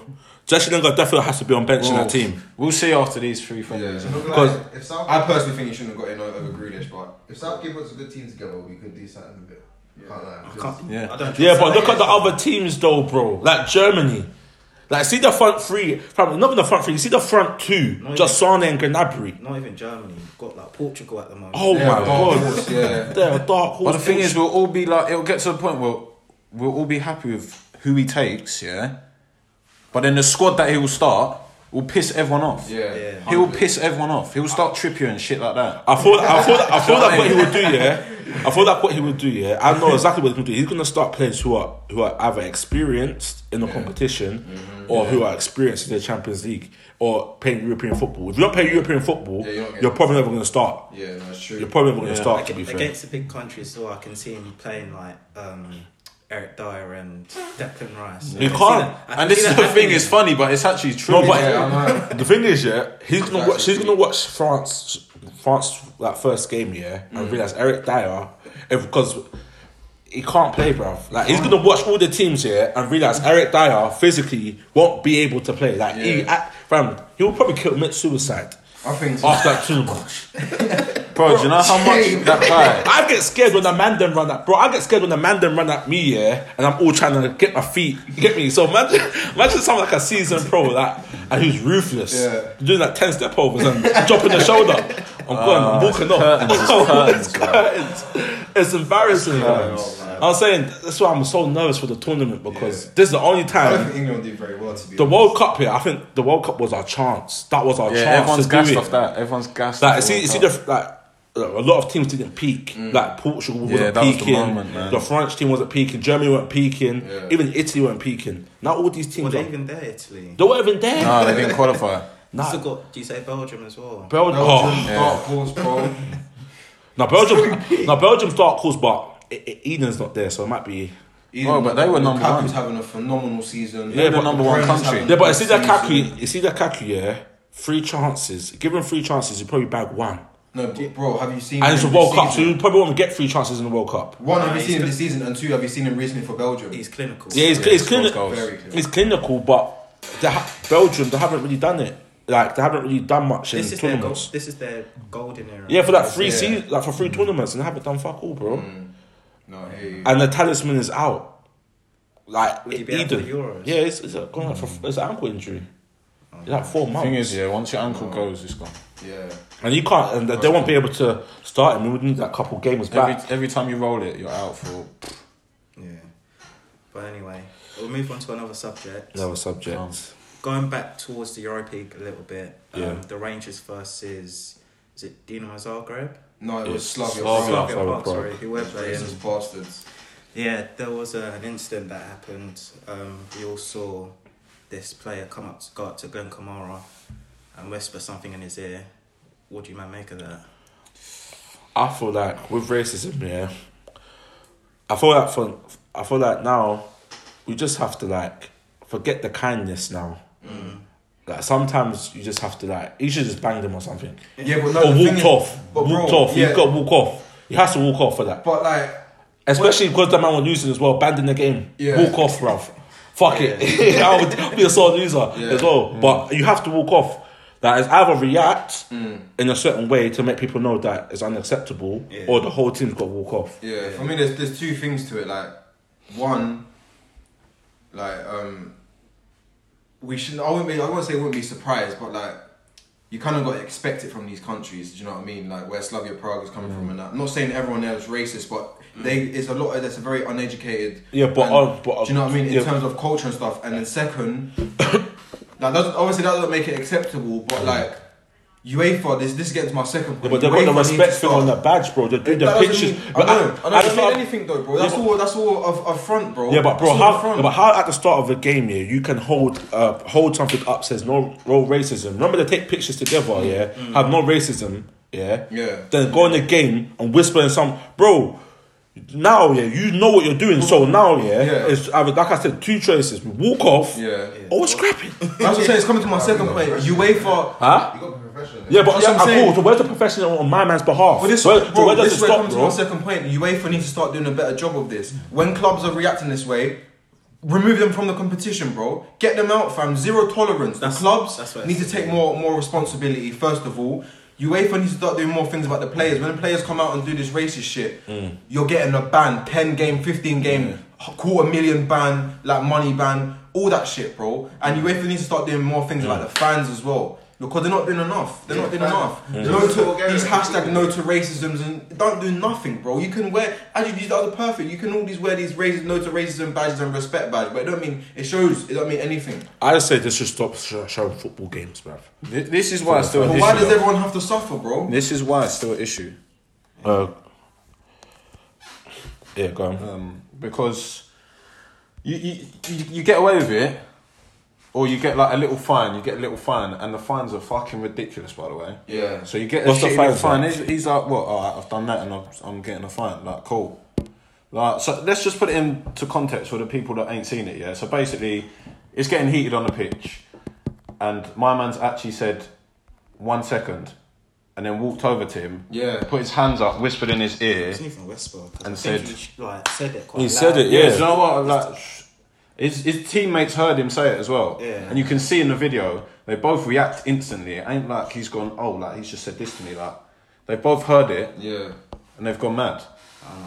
S1: Jesse Lingard definitely has to be on bench
S2: Oh.
S1: in that team.
S2: We'll see after these three friendlies.
S3: Yeah.
S1: Because-
S5: If South,
S3: I personally think he shouldn't have got in over Grealish, but
S5: if Southgate puts a good team together, we could do something with it. Can't lie.
S4: I can't.
S2: Yeah.
S4: I don't.
S1: Yeah,
S4: trust
S1: but
S4: him.
S1: look at the other teams, though, bro. Like Germany. Like, see the front three, fam, not even the front three, see the front two,
S4: No,
S1: just Sane and Gnabry.
S4: Not even Germany. You've got like Portugal at the moment.
S1: Oh
S3: Yeah,
S1: my
S3: dark
S1: god.
S3: horse, yeah.
S1: They're a dark horse.
S2: But the thing
S1: They-
S2: is, we'll all be like, it'll get to the point where we'll all be happy with who he takes, yeah. But then the squad that he will start will piss everyone off.
S3: Yeah.
S4: Yeah.
S2: He will piss everyone off. He will start Trippier and shit like that.
S1: I thought, I thought, I thought that's what he would do. Yeah, I thought that's what he would do. Yeah, I know exactly what he's gonna do. He's gonna start players who are who are either experienced in the competition,
S3: Mm-hmm.
S1: or who are experienced in the Champions League, or playing European football. If you don't play European football,
S3: Yeah, you're not
S1: you're,
S3: getting-
S1: probably never gonna start.
S3: Yeah, no, it's true.
S1: You're probably never gonna
S2: Yeah.
S1: start.
S4: Ag-
S1: To be fair,
S4: against the big countries, so I can see him playing like um, Eric Dyer and Declan Rice. I
S1: You
S4: can see
S1: can't.
S4: that- I can
S2: And this
S4: see
S2: is
S4: that
S2: the thing,
S4: happening.
S2: it's funny, but it's actually true.
S1: No, but-
S3: yeah, I'm out.
S1: the thing is, yeah, he's gonna
S3: That's
S1: watch. He's
S3: it.
S1: gonna watch France, France that first game, yeah,
S3: Mm.
S1: and realize Eric Dyer, if, because he can't play, bro. Like he's gonna watch all the teams here and realize Eric Dyer physically won't be able to play. Like he,
S3: Yeah.
S1: I, fam, he will probably commit suicide
S3: I think so.
S1: after that too much.
S2: bro, do you know how much
S3: Shame.
S2: that guy?
S1: I get scared when a man then run at bro. I get scared when a man then run at me, yeah, and I'm all trying to get my feet. You get me? So imagine, imagine someone like a seasoned pro like, and who's ruthless,
S3: Yeah.
S1: doing like ten step overs and dropping the shoulder. I'm gone. I'm walking off.
S2: Ah, curtains, it's curtains,
S1: it's, curtains. It's embarrassing. man. I'm saying that's why I'm so nervous for the tournament because
S3: Yeah.
S1: this is the only
S3: I don't
S1: time.
S3: think England did very well to be
S1: The World Cup here, I think the World Cup was our chance. That was our
S2: Yeah,
S1: chance.
S2: everyone's
S1: to
S2: gassed
S1: do it.
S2: off that. Everyone's gassed.
S1: Like,
S2: off
S1: see,
S2: the
S1: see
S2: World Mm.
S1: the like. A lot of teams didn't peak. Like Portugal wasn't
S2: that was the
S1: peaking.
S2: moment, man.
S1: the French team wasn't peaking. Germany weren't peaking.
S3: Yeah.
S1: Even Italy weren't peaking. Now all these
S4: Were
S1: teams,
S4: they
S1: are,
S4: even there, Italy?
S1: they weren't even there.
S2: Cup. No, they didn't qualify.
S1: Nah.
S4: Also got, do you say Belgium as well?
S1: Belgium,
S3: Belgium,
S1: oh.
S3: dark horse, bro.
S1: now Belgium, now Belgium's dark horse, but I- I- Eden's not there, so it might be.
S2: Oh, but they were number one.
S3: Lukaku's having a phenomenal season.
S1: They're the
S3: but
S2: number one
S3: Bruyne's
S2: country.
S3: having
S1: Yeah,
S3: a
S1: but you
S3: good
S1: see that
S3: season.
S1: Kaku, you see that Kaku, yeah. Three chances, give him three chances, he probably bag one.
S3: No, but bro, have you seen?
S1: And
S3: him
S1: it's a
S3: this
S1: World Cup, so
S3: season?
S1: you probably won't get three chances in the World Cup.
S3: One, have
S4: Nah,
S3: you
S4: he's
S3: seen him
S4: good.
S3: this season? And two, have you seen him recently for Belgium?
S4: He's clinical.
S1: Yeah, it's,
S2: Yeah,
S1: it's,
S2: he
S1: clini-
S2: scores goals.
S3: Very clear.
S1: it's clinical, but they ha- Belgium they haven't really done it. Like they haven't really done much
S4: this
S1: in
S4: is their gold,
S1: tournaments.
S4: this is their golden era.
S1: Yeah, for like three
S3: Yeah.
S1: seasons, like for three
S4: Mm.
S1: tournaments, and they haven't done fuck all, bro.
S3: No, hey.
S1: And the talisman is out. Like
S4: Would he be out for
S1: Eden,
S4: the Euros? Mm. Oh,
S1: yeah, it's, it's going out for it's an ankle injury. It's like four months,
S2: Thing is, yeah, once your ankle goes, it's gone.
S3: Yeah.
S1: and you can't, and they won't be able to start him. We would need that couple games
S2: Every,
S1: back.
S2: every time you roll it, you're out for.
S4: Yeah. But anyway, we'll move on to another subject.
S1: Another subject.
S2: Um,
S4: Going back towards the Europa League a little bit, um,
S1: Yeah.
S4: the Rangers versus, is it Dinamo Zagreb?
S3: No, it was
S1: It's
S3: Slavia.
S1: Slavia.
S3: Prague.
S1: Slavia. Oh, Zagreb,
S4: Prague,
S1: Prague.
S4: sorry, who we're playing.
S3: Racist bastards.
S4: Yeah, there was a, an incident that happened. Um, we all saw this player come up, go up to Glenn Kamara and whisper something in his ear. What do you man make of that?
S1: I feel like with racism, yeah. I feel like for I feel like now we just have to like forget the kindness now.
S3: Mm.
S1: Like sometimes you just have to like you should just bang them or something.
S3: Yeah, but no.
S1: or
S3: the
S1: Oh, walk
S3: thing is-
S1: off.
S3: but
S1: walked
S3: bro,
S1: off.
S3: Yeah,
S1: You've got to walk off. You have to walk off for that.
S3: But like,
S1: Especially because the man was losing as well, banding the game.
S3: Yeah.
S1: Walk off, bruv. Fuck it. I would be a sore loser as well.
S3: Mm.
S1: But you have to walk off. That is either react
S3: Mm.
S1: in a certain way to make people know that it's unacceptable,
S4: Yeah.
S1: or the whole team's got to walk off.
S3: yeah, for me, there's there's two things to it. Like, one, like um, we should. I wouldn't be. I wouldn't say I wouldn't be surprised, but like, you kind of got to expect it from these countries. Do you know what I mean? Like where Slavia Prague is coming
S1: Mm.
S3: from, and that. I'm not saying everyone there is racist, but they it's a lot. That's a very uneducated.
S1: Yeah, but,
S3: and-
S1: uh, but, uh,
S3: do you know what I mean in
S1: yeah.
S3: terms of culture and stuff? And then second, that doesn't obviously that doesn't make it acceptable, but like. UEFA, this this gets my second point.
S1: Mm. Yeah, but they've got the
S3: UEFA needs to
S1: respect thing
S3: stop.
S1: on the badge, bro. They do the
S3: That doesn't
S1: pictures.
S3: mean- I know, I know.
S1: I
S3: It doesn't mean
S1: thought-
S3: anything though, bro. That's
S1: Yeah, but-
S3: all. That's all of, of front, bro.
S1: Yeah, but bro,
S3: That's all
S1: how,
S3: front.
S1: yeah, but how at the start of a game, yeah, you can hold uh, hold something up says no no racism. Remember they take pictures together, yeah, Mm. have no racism, yeah,
S3: Mm. Yeah.
S1: Then go in the game and whisper in some bro. Now, yeah, you know what you're doing. So now, yeah,
S3: Mm. Yeah.
S1: it's I mean, like I said, two choices: we walk off,
S3: Yeah.
S1: or we're scrapping.
S3: That's what I'm saying. It's coming to my second point. UEFA.
S1: huh?
S5: You got professional.
S1: Yeah, but
S3: That's
S1: yeah,
S3: what I'm
S1: I
S3: saying.
S1: thought, so where's the professional on my man's behalf?
S3: But this,
S1: where,
S3: bro,
S1: so where does
S3: this
S1: it
S3: is where it
S1: stop,
S3: comes to my
S1: bro?
S3: second point. UEFA needs to start doing a better job of this. When clubs are reacting this way, remove them from the competition, bro. Get them out, fam. Zero tolerance.
S4: That's-
S3: the clubs
S4: that's what I
S3: need to
S4: said.
S3: take more more responsibility. First of all, UEFA needs to start doing more things about
S5: Mm.
S3: the players. When the players come out and do this racist shit, you're getting a ban, ten game, fifteen game. quarter million ban, like money ban, all that shit, bro. And
S5: Mm.
S3: UEFA needs to start doing more things about the fans as well. Because they're not doing enough. They're not doing
S5: Yeah.
S3: enough.
S5: Yeah.
S3: No to,
S5: Yeah.
S3: these hashtag no to racisms and don't do nothing, bro. You can wear as you that was perfect. You can always wear these raci- no to racism badges and respect badge, but it don't mean it shows. It don't mean anything.
S1: I say this should stop sh- showing football games, bruv.
S2: Th- This is why it's still an
S3: But
S2: issue.
S3: why does
S2: though.
S3: everyone have to suffer, bro?
S2: This is why it's still an issue.
S1: Uh, yeah, go on.
S2: um, because you, you you you get away with it, or you get like a little fine. You get a little fine, and the fines are fucking ridiculous, by the way.
S3: Yeah.
S2: So you get a
S1: What's the
S2: shitty little
S1: fines
S2: fine.
S1: like?
S2: He's, he's like, well, all right, I've done that, and I'm, I'm getting a fine. Like, cool. Like, so let's just put it into context for the people that ain't seen it yet. So basically, it's getting heated on the pitch, and my man's actually said, one second, and then walked over to him,
S3: Yeah.
S2: put his hands up, whispered in his ear.
S4: It's not even Westboro. 'cause
S2: And
S4: I think
S2: said-
S4: he, sh- like, said it quite
S1: He said
S4: loud.
S1: it,
S2: Yeah,
S1: Yeah.
S2: do you know what? Like, sh- his his teammates heard him say it as well.
S4: Yeah.
S2: And you can see in the video, they both react instantly. It ain't like he's gone, oh, like he's just said this to me. Like, they both heard it
S3: Yeah.
S2: and they've gone mad.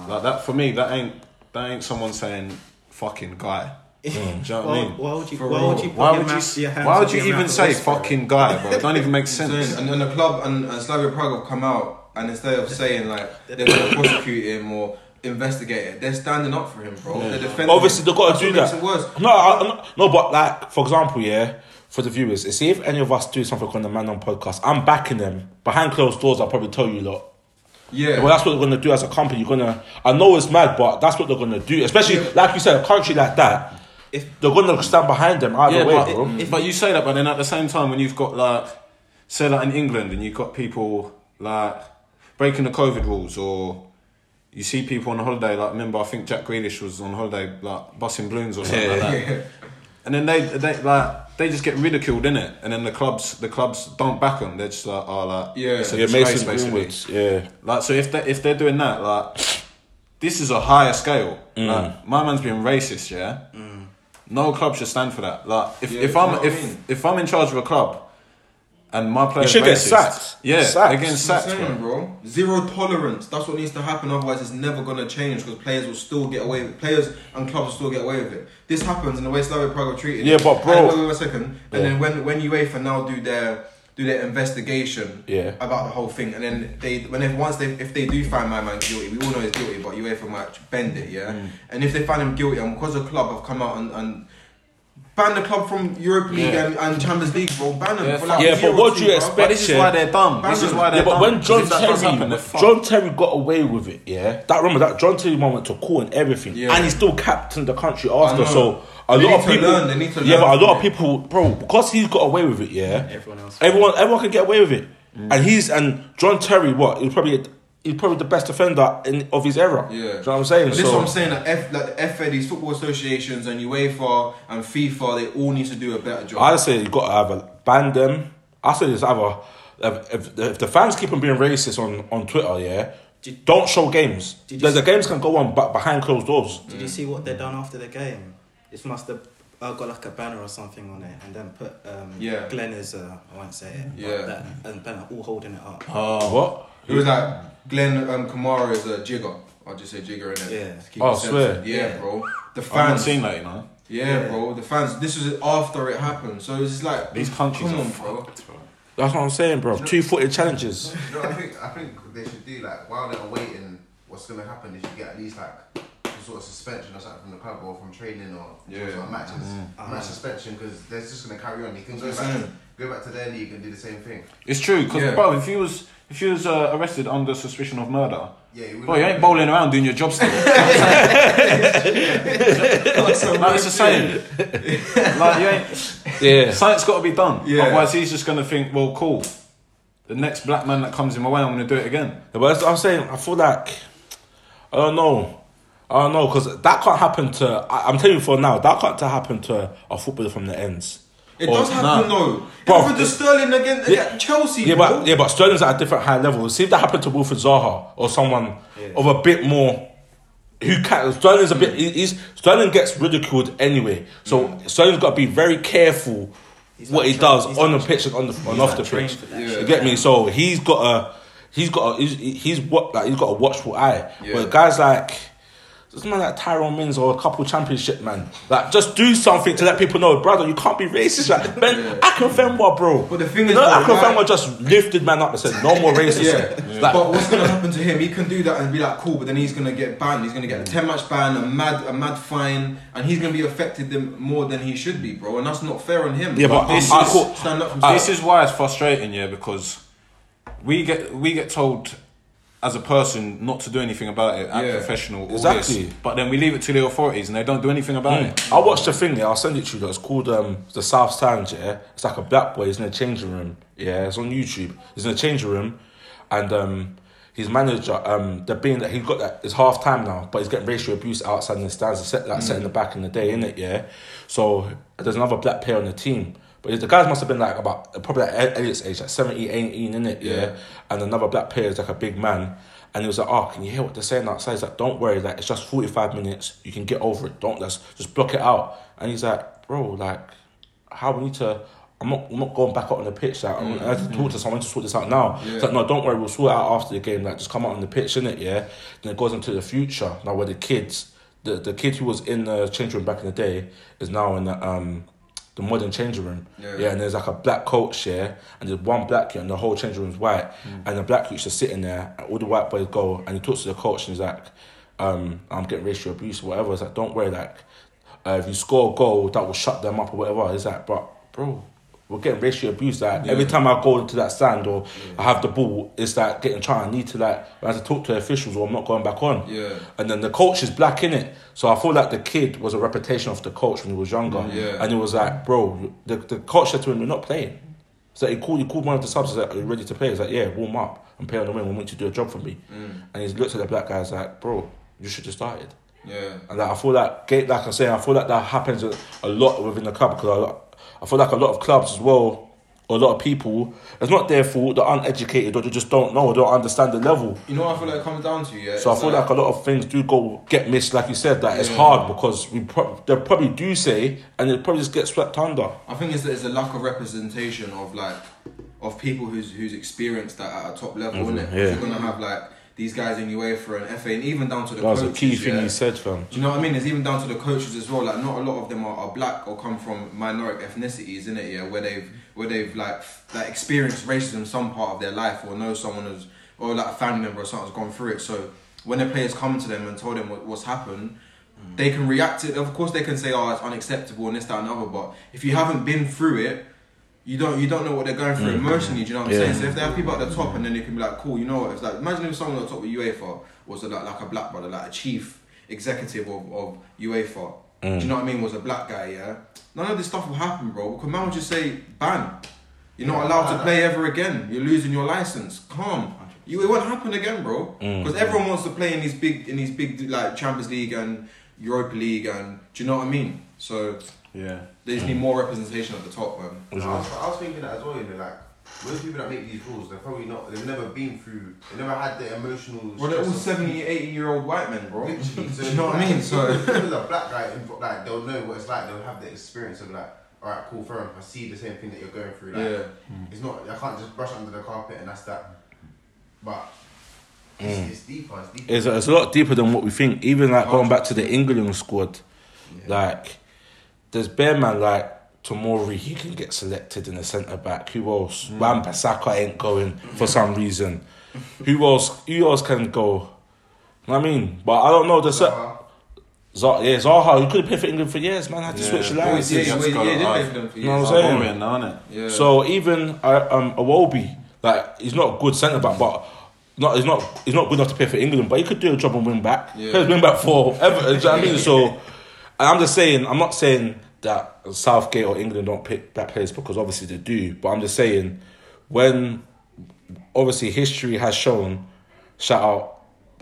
S2: Like that for me, that ain't that ain't someone saying fucking guy. Do you know what I
S4: Why,
S2: mean?
S4: why would you?
S3: For
S4: Why
S3: real.
S4: would you? Put
S2: Why
S4: your
S2: would you?
S4: mouth-
S2: s-
S4: your hands
S2: Why
S4: up
S2: would you
S4: your
S2: even
S4: mouth
S2: say
S4: whisper?
S2: fucking guy, bro? It don't even make sense.
S3: And, and the club and, and Slavia Prague have come out and instead of saying like they're going to prosecute him or investigate it, they're standing up for him, bro. They're defending.
S1: Obviously,
S3: him.
S1: they've got
S3: That's
S1: to do
S3: what
S1: that.
S3: Makes it worse.
S1: No, I, I'm not- no, but like for example, yeah, for the viewers, see if any of us do something on the Man on podcast, I'm backing them behind closed doors. I'll probably tell you lot.
S3: Yeah.
S1: Well, that's what they're gonna do as a company. You're gonna, I know it's mad, but that's what they're gonna do. Especially like you said, a country like that,
S4: If-
S1: they're gonna stand behind them either
S2: Yeah,
S1: way,
S2: but,
S1: bro.
S2: but you say that, but then at the same time, when you've got like, say like in England, and you've got people like breaking the COVID rules, or you see people on holiday. Like, remember, I think Jack Grealish was on holiday, like busting balloons or something like that. And then they, they like they just get ridiculed in it, and then the clubs, the clubs don't back them. They're just like, oh, like
S3: Yeah.
S2: it's a
S1: yeah,
S2: disgrace,
S1: Mason
S2: basically.
S1: Greenwoods, yeah.
S2: Like, so if they if they're doing that, like, this is a higher scale.
S1: Mm.
S2: Like, my man's being racist, yeah. No club should stand for that. Like, if,
S3: Yeah,
S2: if
S3: do you know
S2: I'm
S3: what I
S2: if
S3: mean?
S2: if I'm in charge of a club, and my players
S1: should get
S2: racist,
S1: sacked.
S2: Yeah,
S1: Sacked.
S2: they're getting
S3: That's
S2: sacked,
S3: what I'm saying,
S2: bro.
S3: bro. Zero tolerance. That's what needs to happen. Otherwise, it's never gonna change because players will still get away. With, players and clubs will still get away with it. This happens in the way Slavia Prague are treated.
S1: Yeah, but bro-
S3: And wait, wait, wait a second. And
S1: Yeah.
S3: then when when UEFA now do their do their investigation
S1: Yeah.
S3: about the whole thing, and then they when they, once they if they do find my man guilty, we all know he's guilty, but UEFA might bend it, yeah. And if they find him guilty, and because the club have come out and. and Ban the club from Europa League
S2: Yeah.
S3: and, and Champions League, bro. Ban them.
S2: Yeah,
S3: for like
S1: yeah,
S3: a
S1: but
S3: year or
S1: what do
S3: two,
S1: you
S3: bro.
S2: But this is why they're dumb. This is why they're
S1: Yeah, but
S2: dumb.
S1: when John
S2: Because if that does
S1: Terry,
S2: happen, they're fucked.
S1: John Terry got away with it, yeah. That remember that John Terry moment to call and everything,
S3: Yeah.
S1: and he still captained the country after.
S3: I know.
S1: So a
S3: They
S1: lot
S3: need
S1: of
S3: to
S1: people,
S3: learn, they need to
S1: yeah,
S3: learn
S1: but a
S3: from
S1: lot of
S3: it.
S1: people, bro, because he's got away with it, yeah.
S4: Everyone else-
S1: everyone, everyone can get away with it,
S3: Mm.
S1: and he's and John Terry, what he was probably he's probably the best defender in, of his era.
S3: Yeah.
S1: Do you know what I'm saying.
S3: But this is
S1: So-
S3: what I'm saying. That F, like the FA, these football associations, and UEFA and FIFA, they all need to do a better job.
S1: I say you got to either ban them. I say just either if, if, if the fans keep on being racist on, on Twitter, yeah,
S4: Did-
S1: don't show games.
S4: Did you
S1: There's the
S4: see-
S1: games can go on, but behind closed doors.
S4: Did you see what they done after the game? It must have uh, got like a banner or something on it, and then put um,
S3: Yeah.
S4: Glenn is uh, I won't say it. but
S3: Yeah.
S4: that, and banner all holding it up.
S1: Oh, what?
S3: it was like Glenn um, Kamara is a jigger. I'll just say jigger in it.
S4: Yeah.
S3: To keep
S1: Oh,
S3: it censored.
S1: swear.
S3: Yeah, bro. The
S2: I've not
S3: fans.
S2: seen that, you know.
S3: Yeah,
S4: Yeah.
S3: bro. The fans. This was after it happened, so it's just like
S2: These countries
S3: Come
S2: are
S3: on, bro.
S2: fucked, bro.
S1: That's what I'm saying, bro. Two footed challenges.
S5: No, I think I think they should do like while they're waiting, what's gonna happen is you get at least like some sort of suspension or something from the club or from training or
S3: Yeah.
S5: sort of matches, match suspension because they're just gonna carry on. You can go
S3: That's
S5: back,
S3: it.
S5: go back to their league and do the same thing.
S2: It's true, because
S3: Yeah.
S2: bro, if you was if you was uh, arrested under suspicion of murder,
S5: Yeah, you
S2: bro, you ain't bowling around doing your job still. Like, it's the same. like, you ain't.
S1: Yeah.
S2: Something's got to be done.
S3: Yeah.
S2: Otherwise, he's just going to think, well, cool. The next black man that comes in my way, I'm going to do it again.
S1: But that's what I'm saying. I feel like I don't know. I don't know because that can't happen to. I, I'm telling you for now, that can't happen to a footballer from the ends.
S3: It
S1: Or-
S3: does happen
S2: nah.
S3: though.
S1: Oh, Bro,
S3: Bro, happened to
S1: this-
S3: Sterling again against Chelsea.
S1: Yeah,
S3: bro.
S1: but yeah, but Sterling's at a different high level. See if that happened to Wilfred Zaha or someone
S4: Yeah.
S1: of a bit more. Who can Sterling's a bit? he- He's Sterling gets ridiculed anyway, so Sterling's got to be very careful
S4: He's
S1: what
S4: not
S1: he
S4: trained-
S1: does
S4: he's
S1: on the
S4: not
S1: pitch and on the and
S4: he's
S1: off
S4: not
S1: the
S4: trained
S1: pitch.
S4: for that
S1: You
S4: shit.
S1: get me? So he's got a he's got a he's he's what like he's got a watchful eye.
S3: Yeah.
S1: But guys like Just man like Tyrone Mings or a couple championship man. Like just do something to let people know, brother, you can't be racist. Like Ben Akinfenwa, bro.
S3: But the
S1: you
S3: thing is,
S1: know,
S3: though,
S1: Akinfenwa
S3: right-
S1: just lifted man up and said, No more racism. Like,
S3: but what's gonna happen to him? He can do that and be like, cool, but then he's gonna get banned. He's gonna get a
S1: Mm.
S3: ten match ban, a mad, a mad fine, and he's gonna be affected them more than he should be, bro. And that's not fair on him.
S1: Yeah, but
S3: Like,
S1: this
S3: I
S1: is-
S3: thought- stand up from
S1: Uh,
S2: this is why it's frustrating, yeah, because we get we get told as a person not to do anything about it, act
S3: Yeah.
S2: professional, all
S1: Exactly. Hmm.
S2: this, but then we leave it to the authorities and they don't do anything about it.
S1: I watched a thing, yeah, I'll send it to you, though. It's called um, The South Stand, yeah. It's like a black boy, he's in a changing room, yeah. It's on YouTube. He's in a changing room, and um, his manager, um, they're being that he got that, it's half time now, but he's getting racial abuse outside in the stands, it's set, like, set in the back in the day, innit, yeah. So there's another black player on the team. But the guys must have been like about probably like Ed- Elliot's age, like 17, 18, innit, yeah. yeah. And another black player is like a big man. And he was like, "Oh, can you hear what they're saying outside?" He's like, "Don't worry, like it's just forty five minutes. You can get over it. Don't let's just block it out." And he's like, "Bro, like, how we need to? I'm not, I'm not going back out on the pitch. Like, I'm- I have to talk to someone to sort this out now." He's like, "No, don't worry. We'll sort it out after the game. Like, just come out on the pitch, innit? Yeah." Then it goes into the future now, where the kids, the the kid who was in the change room back in the day, is now in the um. The modern changing room,
S3: Yeah.
S1: yeah, and there's like a black coach here, and there's one black kid, and the whole changing room's white,
S3: Mm.
S1: and the black kid's just sitting there, and all the white boys go, and he talks to the coach, and he's like, um, "I'm getting racial abuse, or whatever." It's like, "Don't worry, like, uh, if you score a goal, that will shut them up, or whatever." It's like, "But bro, we're getting racial abuse. Like every time I go into that stand or I have the ball, it's like getting trying. I need to like I have to talk to the officials, or I'm not going back on."
S3: Yeah.
S1: and then the coach is black in it, so I feel like the kid was a reputation of the coach when he was younger,
S3: Yeah.
S1: and it was like, bro, the, the coach said to him, "You're not playing." So he called, he called one of the subs. He's like, "Are you ready to play?" He's like, "Yeah, warm up and play on the wing. I want you to do a job for me."
S3: Mm.
S1: And he looked at the black guy. He's like, "Bro, you should have started."
S3: Yeah.
S1: And like, I feel like, get- like I'm saying, I feel like that happens a, a lot within the club because I, I feel like a lot of clubs as well, or a lot of people, it's not their fault. They're uneducated or they just don't know or don't understand the level.
S3: You know what I feel like it comes down to, yeah?
S1: So I
S3: It's
S1: feel like a lot of things do go get missed, like you said. That it's
S3: Yeah.
S1: hard because we pro- they probably do say, and they probably just get swept under.
S3: I think it's, it's a lack of representation of like of people who's who's experienced that at a top level, isn't it?
S1: Mm-hmm. yeah.
S3: You're gonna have like these guys in UEFA and FA, and even down to the
S1: That was a
S3: coaches,
S1: key thing
S3: yeah?
S1: you said, fam.
S3: Do you know what I mean? It's even down to the coaches as well. Like, not a lot of them are, are black or come from minoric ethnicities, in it? Yeah, where they've where they've like f- like experienced racism some part of their life, or know someone who's or like a family member or something's gone through it. So when the players come to them and tell them what, what's happened, they can react to. it. Of course, they can say, "Oh, it's unacceptable," and this, that, and the other. But if you haven't been through it, you don't you don't know what they're going through emotionally. Do you know what I'm
S1: Yeah.
S3: saying? So if they have people at the top, and then they can be like, cool, you know what? It's like imagine if someone at the top of UEFA was a, like like a black brother, like a chief executive of, of UEFA. Do you know what I mean? Was a black guy, yeah. None of this stuff will happen, bro. Because man would just say ban. You're not allowed to play ever again. You're losing your license. Calm. You, it won't happen again, bro. Because everyone wants to play in these big in these big like Champions League and Europa League and do you know what I mean? So
S2: Yeah.
S3: they just need more representation at the top, man.
S5: I was, I was thinking that as well, you know, like most people that make these rules, they're probably not, they've never been through, they never had the emotional.
S3: Well, they're all
S5: stress of-
S3: 70, 80 year old white men, bro.
S5: Literally, so
S3: Do you know what I mean? So-
S5: if there's a black guy, inv- like they'll know what it's like. They'll have the experience of like, all right, cool, fair enough. I see the same thing that you're going through. Like, it's not. I can't just brush under the carpet and that's that. But it's, it's deeper. It's deeper.
S1: It's, it's a lot deeper than what we think. Even like going back to the England squad, like there's bare man like Tomori, he can get selected in the centre back. Who else? Wan Bissaka ain't going for some reason. who else? Who else can go? You know what I mean, but I don't know. There's cer-
S5: Zaha,
S1: Zaha, yeah, Zaha. He could have played for England for years, man. Had to
S2: Yeah.
S1: switch
S2: Oh,
S1: lines.
S2: he did.
S3: yeah,
S2: That's
S3: yeah,
S2: got
S3: yeah,
S2: a
S3: yeah,
S2: life.
S3: they've done for
S1: You know
S3: years.
S1: what I'm saying?
S2: Boring now, innit?
S3: Yeah.
S1: So even uh, um, Awobi, like he's not a good centre back, but not he's not he's not good enough to play for England, but he could do a job on wing back.
S3: Yeah.
S1: Plays wing back for Everton. do you know what I mean? So, and I'm just saying, I'm not saying that Southgate or England don't pick black players because obviously they do, but I'm just saying when obviously history has shown, shout out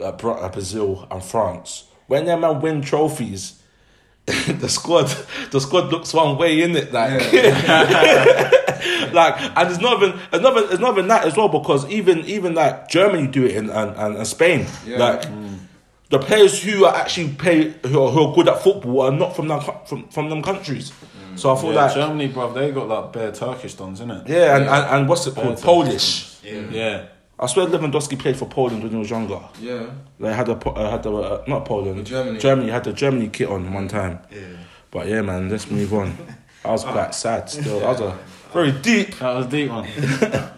S1: uh, Bra- uh, Brazil and France when their man win trophies. the squad, the squad looks one way in it, like like and it's not even it's not even, it's not even that as well because even even like Germany do it in and, and, and Spain
S3: Yeah.
S1: like the players who are actually play who are, who are good at football are not from them co- from from them countries so I feel
S2: Yeah,
S1: like
S2: Germany, bruv, they got like bare Turkish dons, innit?
S1: yeah and, and and what's it called
S2: Yeah.
S1: Polish
S2: Yeah.
S1: I swear Lewandowski played for Poland when he was younger.
S3: Yeah.
S1: They had a po- uh, had a uh, not Poland,
S3: Germany.
S1: Germany had the Germany kit on one time.
S4: Yeah.
S1: But yeah, man, let's move on. I
S3: Ah.
S1: was quite sad still. I was a Oh. very deep.
S2: That was a deep one.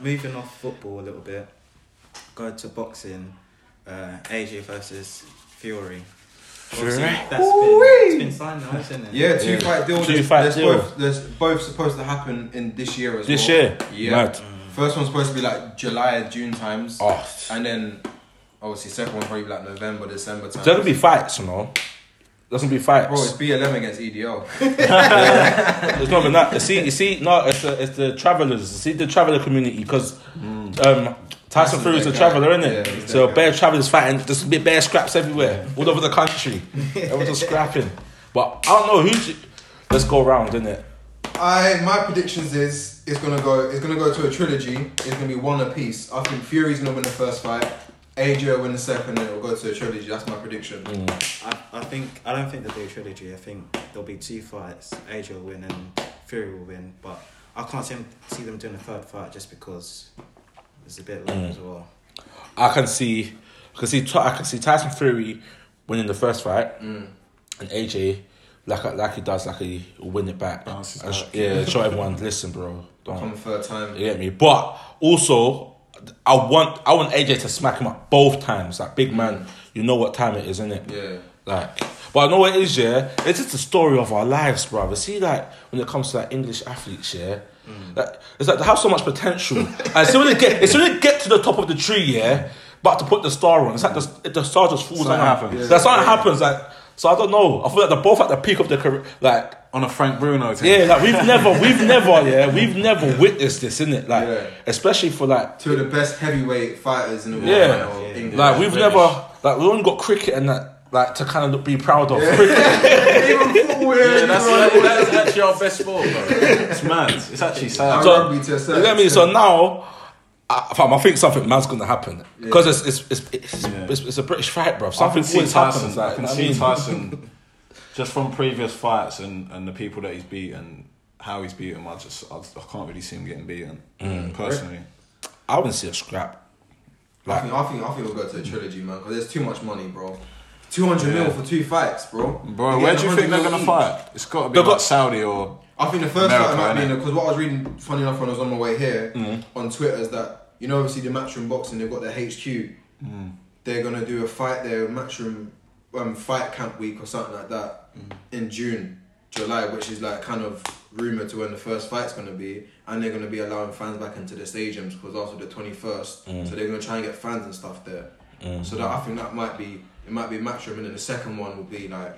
S4: Moving off football a little bit, go to boxing. Uh, AJ versus Fury. Obviously, That's been, it's been signed now, isn't it?
S3: Yeah, two fight deal.
S1: Two
S3: There's-
S1: fight
S3: there's
S1: deal.
S3: Both, there's both supposed to happen in this year as
S1: This
S3: well.
S1: year?
S3: Yeah.
S1: Mad.
S3: First one's supposed to be like July, June times.
S1: Oh,
S3: And then obviously second one probably like November, December time.
S1: there's gonna be fights, you know. There's gonna be fights.
S3: Bro, it's BLM against E EDL.
S1: It's not even that. You see, you see, no, it's the, it's the travelers. You see, the traveler community because
S3: Mm.
S1: um, Tyson
S3: Tyson's
S1: Fury is a
S3: that
S1: traveler,
S3: guy.
S1: isn't it?
S3: Yeah, he's
S1: so
S3: that
S1: bear travelers fighting. There's be bear scraps everywhere, all over the country. Everyone's just scrapping. But I don't know who. Let's go around, innit?
S3: I my predictions is it's gonna go it's gonna go to a trilogy. It's gonna be one apiece. I think Fury's gonna win the first fight. AJ will win the second, and it'll go to a trilogy. That's my prediction.
S2: Mm.
S4: I, I think I don't think they'll do a trilogy. I think there'll be two fights. AJ will win and Fury will win, but I can't see, him, see them doing a third fight just because it's a bit long
S1: Mm.
S4: as well.
S1: I can see, I can see, Ty- I can see Tyson Fury winning the first fight, and AJ like like he does, like he will win it back.
S2: Bounces
S1: And sh-
S2: back.
S1: yeah, show everyone. Listen, bro,
S3: Come
S1: don't
S3: third time.
S1: you get me. But also, I want I want AJ to smack him up both times. Like big man, you know what time it is, isn't it?
S3: Yeah.
S1: Like, but I know what it is, yeah. It's just the story of our lives, brother. See, like when it comes to like English athletes, yeah. Like, it's like they have so much potential. and so when they get, it's when they get to the top of the tree, yeah. But to put the star on, it's like the, the star just falls
S2: Something
S1: down.
S2: happens.
S1: That's something happens. Like, so I don't know. I feel like they're both at the peak of their career. Like,
S2: On a Frank Bruno team.
S1: yeah, like we've never, we've never, yeah, we've never witnessed this, innit? Like,
S3: Yeah.
S1: especially for like
S3: Two of the best heavyweight fighters in the world.
S1: Yeah.
S3: right now,
S4: Yeah.
S3: England
S1: like
S3: and
S1: we've
S3: British.
S1: never like we only got cricket and that like to kind of look, be proud of. Cricket.
S3: Even football, yeah, right.
S2: that's actually our best sport, bro. It's mad. It's actually sad.
S3: So- Rugby to a certain
S1: you get me? So now, I, fam, I think something mad's gonna happen because it's it's it's it's,
S2: Yeah.
S1: it's it's a British fight, bro.
S2: I can
S1: Something
S2: see
S1: always
S2: Tyson.
S1: happens. Like,
S2: I
S1: you
S2: can
S1: know what
S2: see
S1: I mean?
S2: Tyson just from previous fights and, and the people that he's beaten, how he's beaten. I just I, I can't really see him getting beaten personally.
S1: I wouldn't see a scrap.
S3: I think I think I think we'll go to a trilogy, man. Because there's too much money, bro. Two hundred
S2: Yeah.
S3: mil for two fights, bro.
S2: Bro,
S3: You're
S2: where do
S3: getting
S2: you think
S3: 100
S2: they're
S3: mil
S2: gonna
S3: each.
S2: fight? It's got to be
S1: They've
S2: like
S1: got-
S2: Saudi or
S3: I think the first
S2: America,
S3: fight might be
S2: innit? Mm.
S3: because what I was reading, funny enough, when I was on my way here on Twitter is that you know obviously the Matchroom Boxing they've got their HQ. They're gonna do a fight there, Matchroom um, Fight Camp Week or something like that in June, July, which is like kind of rumored to when the first fight's gonna be, and they're gonna be allowing fans back into the stadiums because after the twenty first, so they're gonna try and get fans and stuff there. So that I think that might be it might be Matchroom, and then the second one will be like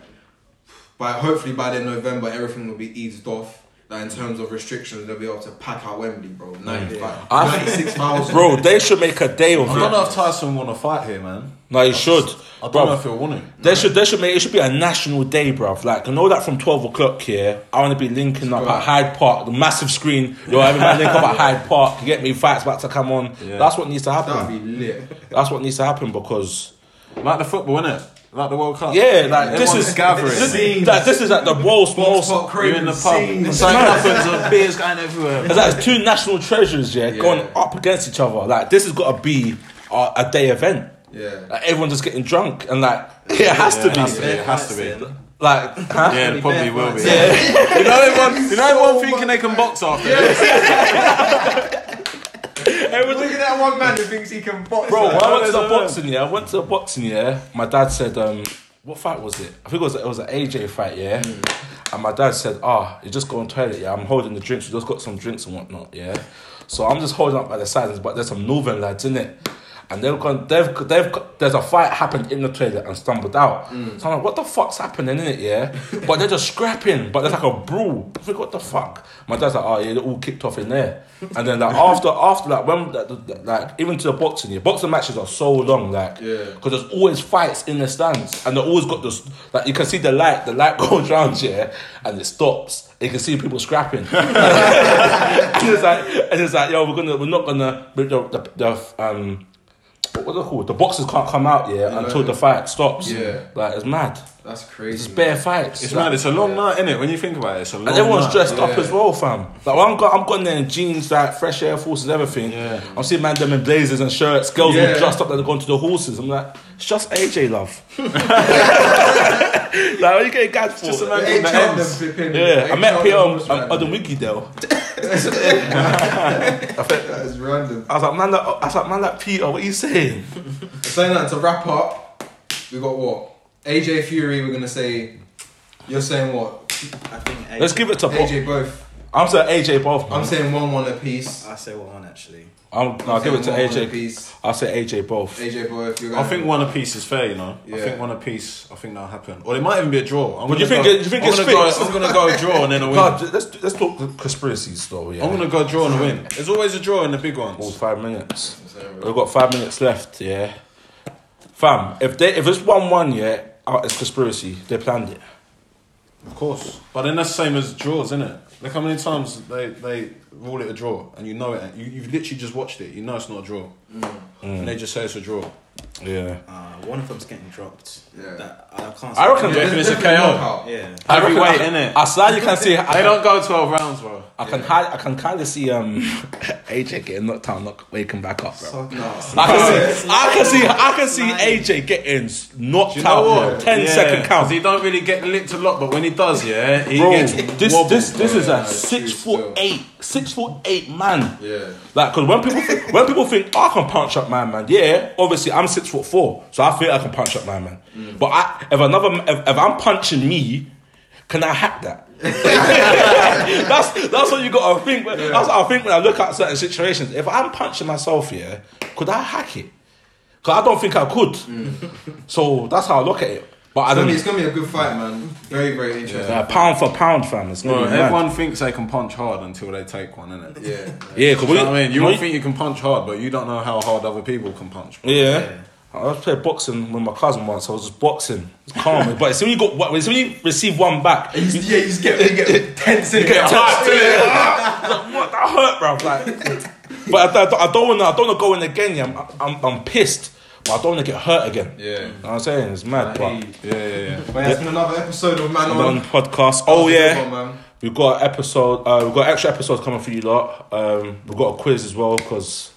S3: by hopefully by then November everything will be eased off. Like in terms of restrictions, they'll be able to pack out Wembley, bro. 95
S1: I-
S3: 96,000.
S1: Bro, they should make a day of
S2: I don't
S1: it.
S2: know if Tyson want to fight here, man.
S1: No, you should,
S2: I don't know
S1: bro.
S2: if he'll want to.
S1: They should, they should make it should be a national day, bruv. Like I know that from twelve o'clock here, I want to be linking up at Hyde Park, the massive screen. Yo, every man link up at Hyde Park. You get me? Fights about to come on.
S2: Yeah.
S1: That's what needs to happen.
S3: That'd be lit.
S1: That's what needs to happen because
S2: Like the football, innit? Like the World Cup.
S1: yeah, like this
S2: Everyone's
S1: is
S2: gathering.
S1: This, like, this is like the world's most.
S3: Spot
S2: You're in the
S3: Craven
S2: pub.
S3: scene.
S2: Something happens. and beers going everywhere.
S1: It's like two national treasures, yeah,
S3: Yeah.
S1: going up against each other. Like this has got to be a, a day event.
S3: Yeah.
S1: Like everyone just getting drunk and like it has
S2: Yeah,
S1: to
S2: it
S1: be
S2: has to be. It has to
S4: Fights
S2: be.
S4: then.
S1: like huh?
S2: Yeah, it probably will be.
S1: Yeah.
S2: You know everyone. You know everyone thinking they can box after. this.
S3: Look at that one man who thinks he can box.
S1: Bro, when
S2: No,
S1: I went
S2: no,
S1: to the
S2: no, no.
S1: boxing, yeah, I went to the boxing, yeah. My dad said, um, what fight was it? I think it was it was an AJ fight, yeah. And my dad said, ah, you just go on toilet, yeah. I'm holding the drinks. We just got some drinks and whatnot, yeah. So I'm just holding up by the sides, but there's some northern lads in it. And they've gone, they've, they've, there's a fight happened in the toilet and stumbled out. So I'm like, what the fuck's happening in it, yeah? But they're just scrapping, but there's like a brawl. I think, what the fuck? My dad's like, oh yeah, they all kicked off in there. And then like after, after like when, like, like even to the boxing, yeah, boxing matches are so long, like,
S3: Yeah.
S1: because there's always fights in the stands, and they always got this. Like you can see the light, the light goes round yeah, and it stops. And you can see people scrapping. and it's like, and it's like, yo, we're gonna, we're not gonna, but the, the, the um, what's it called? The boxers can't come out yeah,
S3: Yeah.
S1: until the fight stops.
S3: Yeah.
S1: like it's mad.
S3: That's crazy.
S1: It's bare fights.
S2: It's
S1: like-
S2: mad. It's a long night, innit? When you think about it, it's a long
S1: And everyone's
S2: night.
S1: dressed up
S3: yeah.
S1: as well, fam. Like I'm got, I'm going there in jeans, like fresh Air Forces, everything.
S2: Yeah.
S1: I'm seeing man them in blazers and shirts. Girls all
S3: Yeah.
S1: dressed up like they're going to the horses. I'm like, it's just AJ love. like what you getting gagged for?
S2: Just a man-
S3: They
S2: the
S3: chant
S2: ends.
S3: them flipping-
S1: yeah,
S3: they
S1: I met
S3: chant
S1: Peter
S3: them
S1: on,
S3: horse
S1: on,
S3: riding.
S1: on the wiki though.
S3: That is random.
S1: I was like, man, that, I was like, man, that Peter, what are you saying?
S3: Saying that to wrap up, we got what? AJ Fury, we're gonna say. You're saying what?
S4: I think AJ,
S1: Let's give it to Bo-
S3: AJ both.
S1: I'm saying AJ both.
S3: I'm
S1: Man.
S3: saying one one apiece.
S4: I say one actually.
S1: I'm, no, I'll give it to
S3: One, One
S1: AJ.
S3: apiece.
S1: I'll say AJ both.
S3: AJ both. You're
S2: I
S3: going
S2: think one apiece is fair, you know. I
S3: Yeah.
S2: think one apiece. I think that'll happen, or it might even be a draw. I'm
S1: But you
S2: gonna
S1: think
S2: go,
S1: it- you think
S2: I'm
S1: it's
S2: gonna go,
S1: fixed?
S2: I'm gonna go draw and then a win.
S1: God, let's let's talk conspiracies though. Yeah,
S2: I'm gonna go draw and a win. There's always a draw in the big
S1: All
S2: ones.
S1: five minutes.
S3: saying,
S1: We've got five minutes left, yeah. Fam, if they if it's one one, yeah, uh, it's conspiracy. They planned it.
S2: Of course, but then that's the same as draws, isn't it? Look how many times they they rule it a draw, and you know it. You you've literally just watched it. You know it's not a draw, and they just say it's a draw.
S1: Yeah.
S4: Uh, one of them's getting dropped.
S3: Yeah.
S4: That, I can't.
S1: I reckon
S2: Yeah.
S1: they
S2: It's a KO.
S4: Yeah.
S1: I reckon
S2: Heavyweight,
S1: I-
S2: innit?
S1: I slightly can see. I
S2: They don't go twelve rounds, bro.
S1: I can hide, I can kind of see um AJ getting knocked down, not waking back up, bro.
S3: No.
S1: I can see, I can see, I can see AJ getting s- knocked
S2: Do you know
S1: out.
S2: what?
S1: man. Ten second
S2: 'cause
S1: count.
S2: He don't really get licked a lot, but when he does, yeah, he
S1: Bro,
S2: gets
S1: this
S2: wobbled.
S1: this this is
S3: Yeah,
S1: a
S3: it's
S1: six
S3: true
S1: foot eight, six foot eight man.
S3: Yeah.
S1: Like, cause when people think, when people think "Oh, I can punch up my man, yeah, obviously I'm six foot four, so I think I can punch up my man.
S3: Mm.
S1: But I, if another, if, if I'm punching me, can I hack that? that's that's what you gotta think. When, That's what I think when I look at certain situations. If I'm punching myself, yeah, could I hack it? Cause I don't think I could.
S3: Mm.
S1: So that's how I look at it. But I
S3: I mean,
S1: don't.
S3: it's gonna be a good fight, man. Very, very interesting.
S1: Uh, pound for pound, fam. It's
S2: Bro,
S1: gonna be mad.
S2: everyone thinks they can punch hard until they take one, innit?
S3: Yeah.
S1: Yeah, cause
S2: You
S1: we,
S2: know what I mean? You
S1: when
S2: all think you can punch hard, but you don't know how hard other people can punch. bro.
S1: Yeah.
S4: Yeah.
S1: I was playing boxing with my cousin once. I was just boxing, It's calm. but as soon as you got, what- as soon as you receive one back, you
S3: You s- yeah, you just get, you get tense in
S1: get
S3: it.
S1: hurt. like, what that hurt, bro? Like, but I, I, I don't want to. I don't want to go in again. Yeah, I'm, I'm, I'm pissed, but I don't want to get hurt again.
S3: Yeah.
S1: You know what I'm saying it's mad. But
S3: Hey,
S2: Yeah, yeah, yeah.
S3: But yeah, it's been another episode of Man
S1: on
S3: On.
S1: podcast. Oh
S3: That's a
S1: yeah.
S3: good one, man.
S1: We've got an episode. Uh, we've got extra episodes coming for you lot. Um, we've got a quiz as well because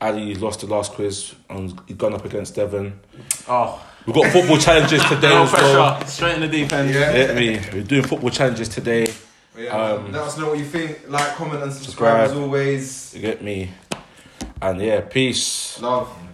S1: Ali lost the last quiz and he's gone up against Devon.
S2: Oh,
S1: We've got football challenges today
S2: no
S1: as well.
S2: pressure. Straight in the deep end.
S3: Yeah.
S1: Yeah, I mean, we're doing football challenges today.
S3: But yeah, man, let us know what you think. Like, comment, and subscribe,
S1: subscribe.
S3: as always.
S1: You get me? And yeah, peace.
S3: Love.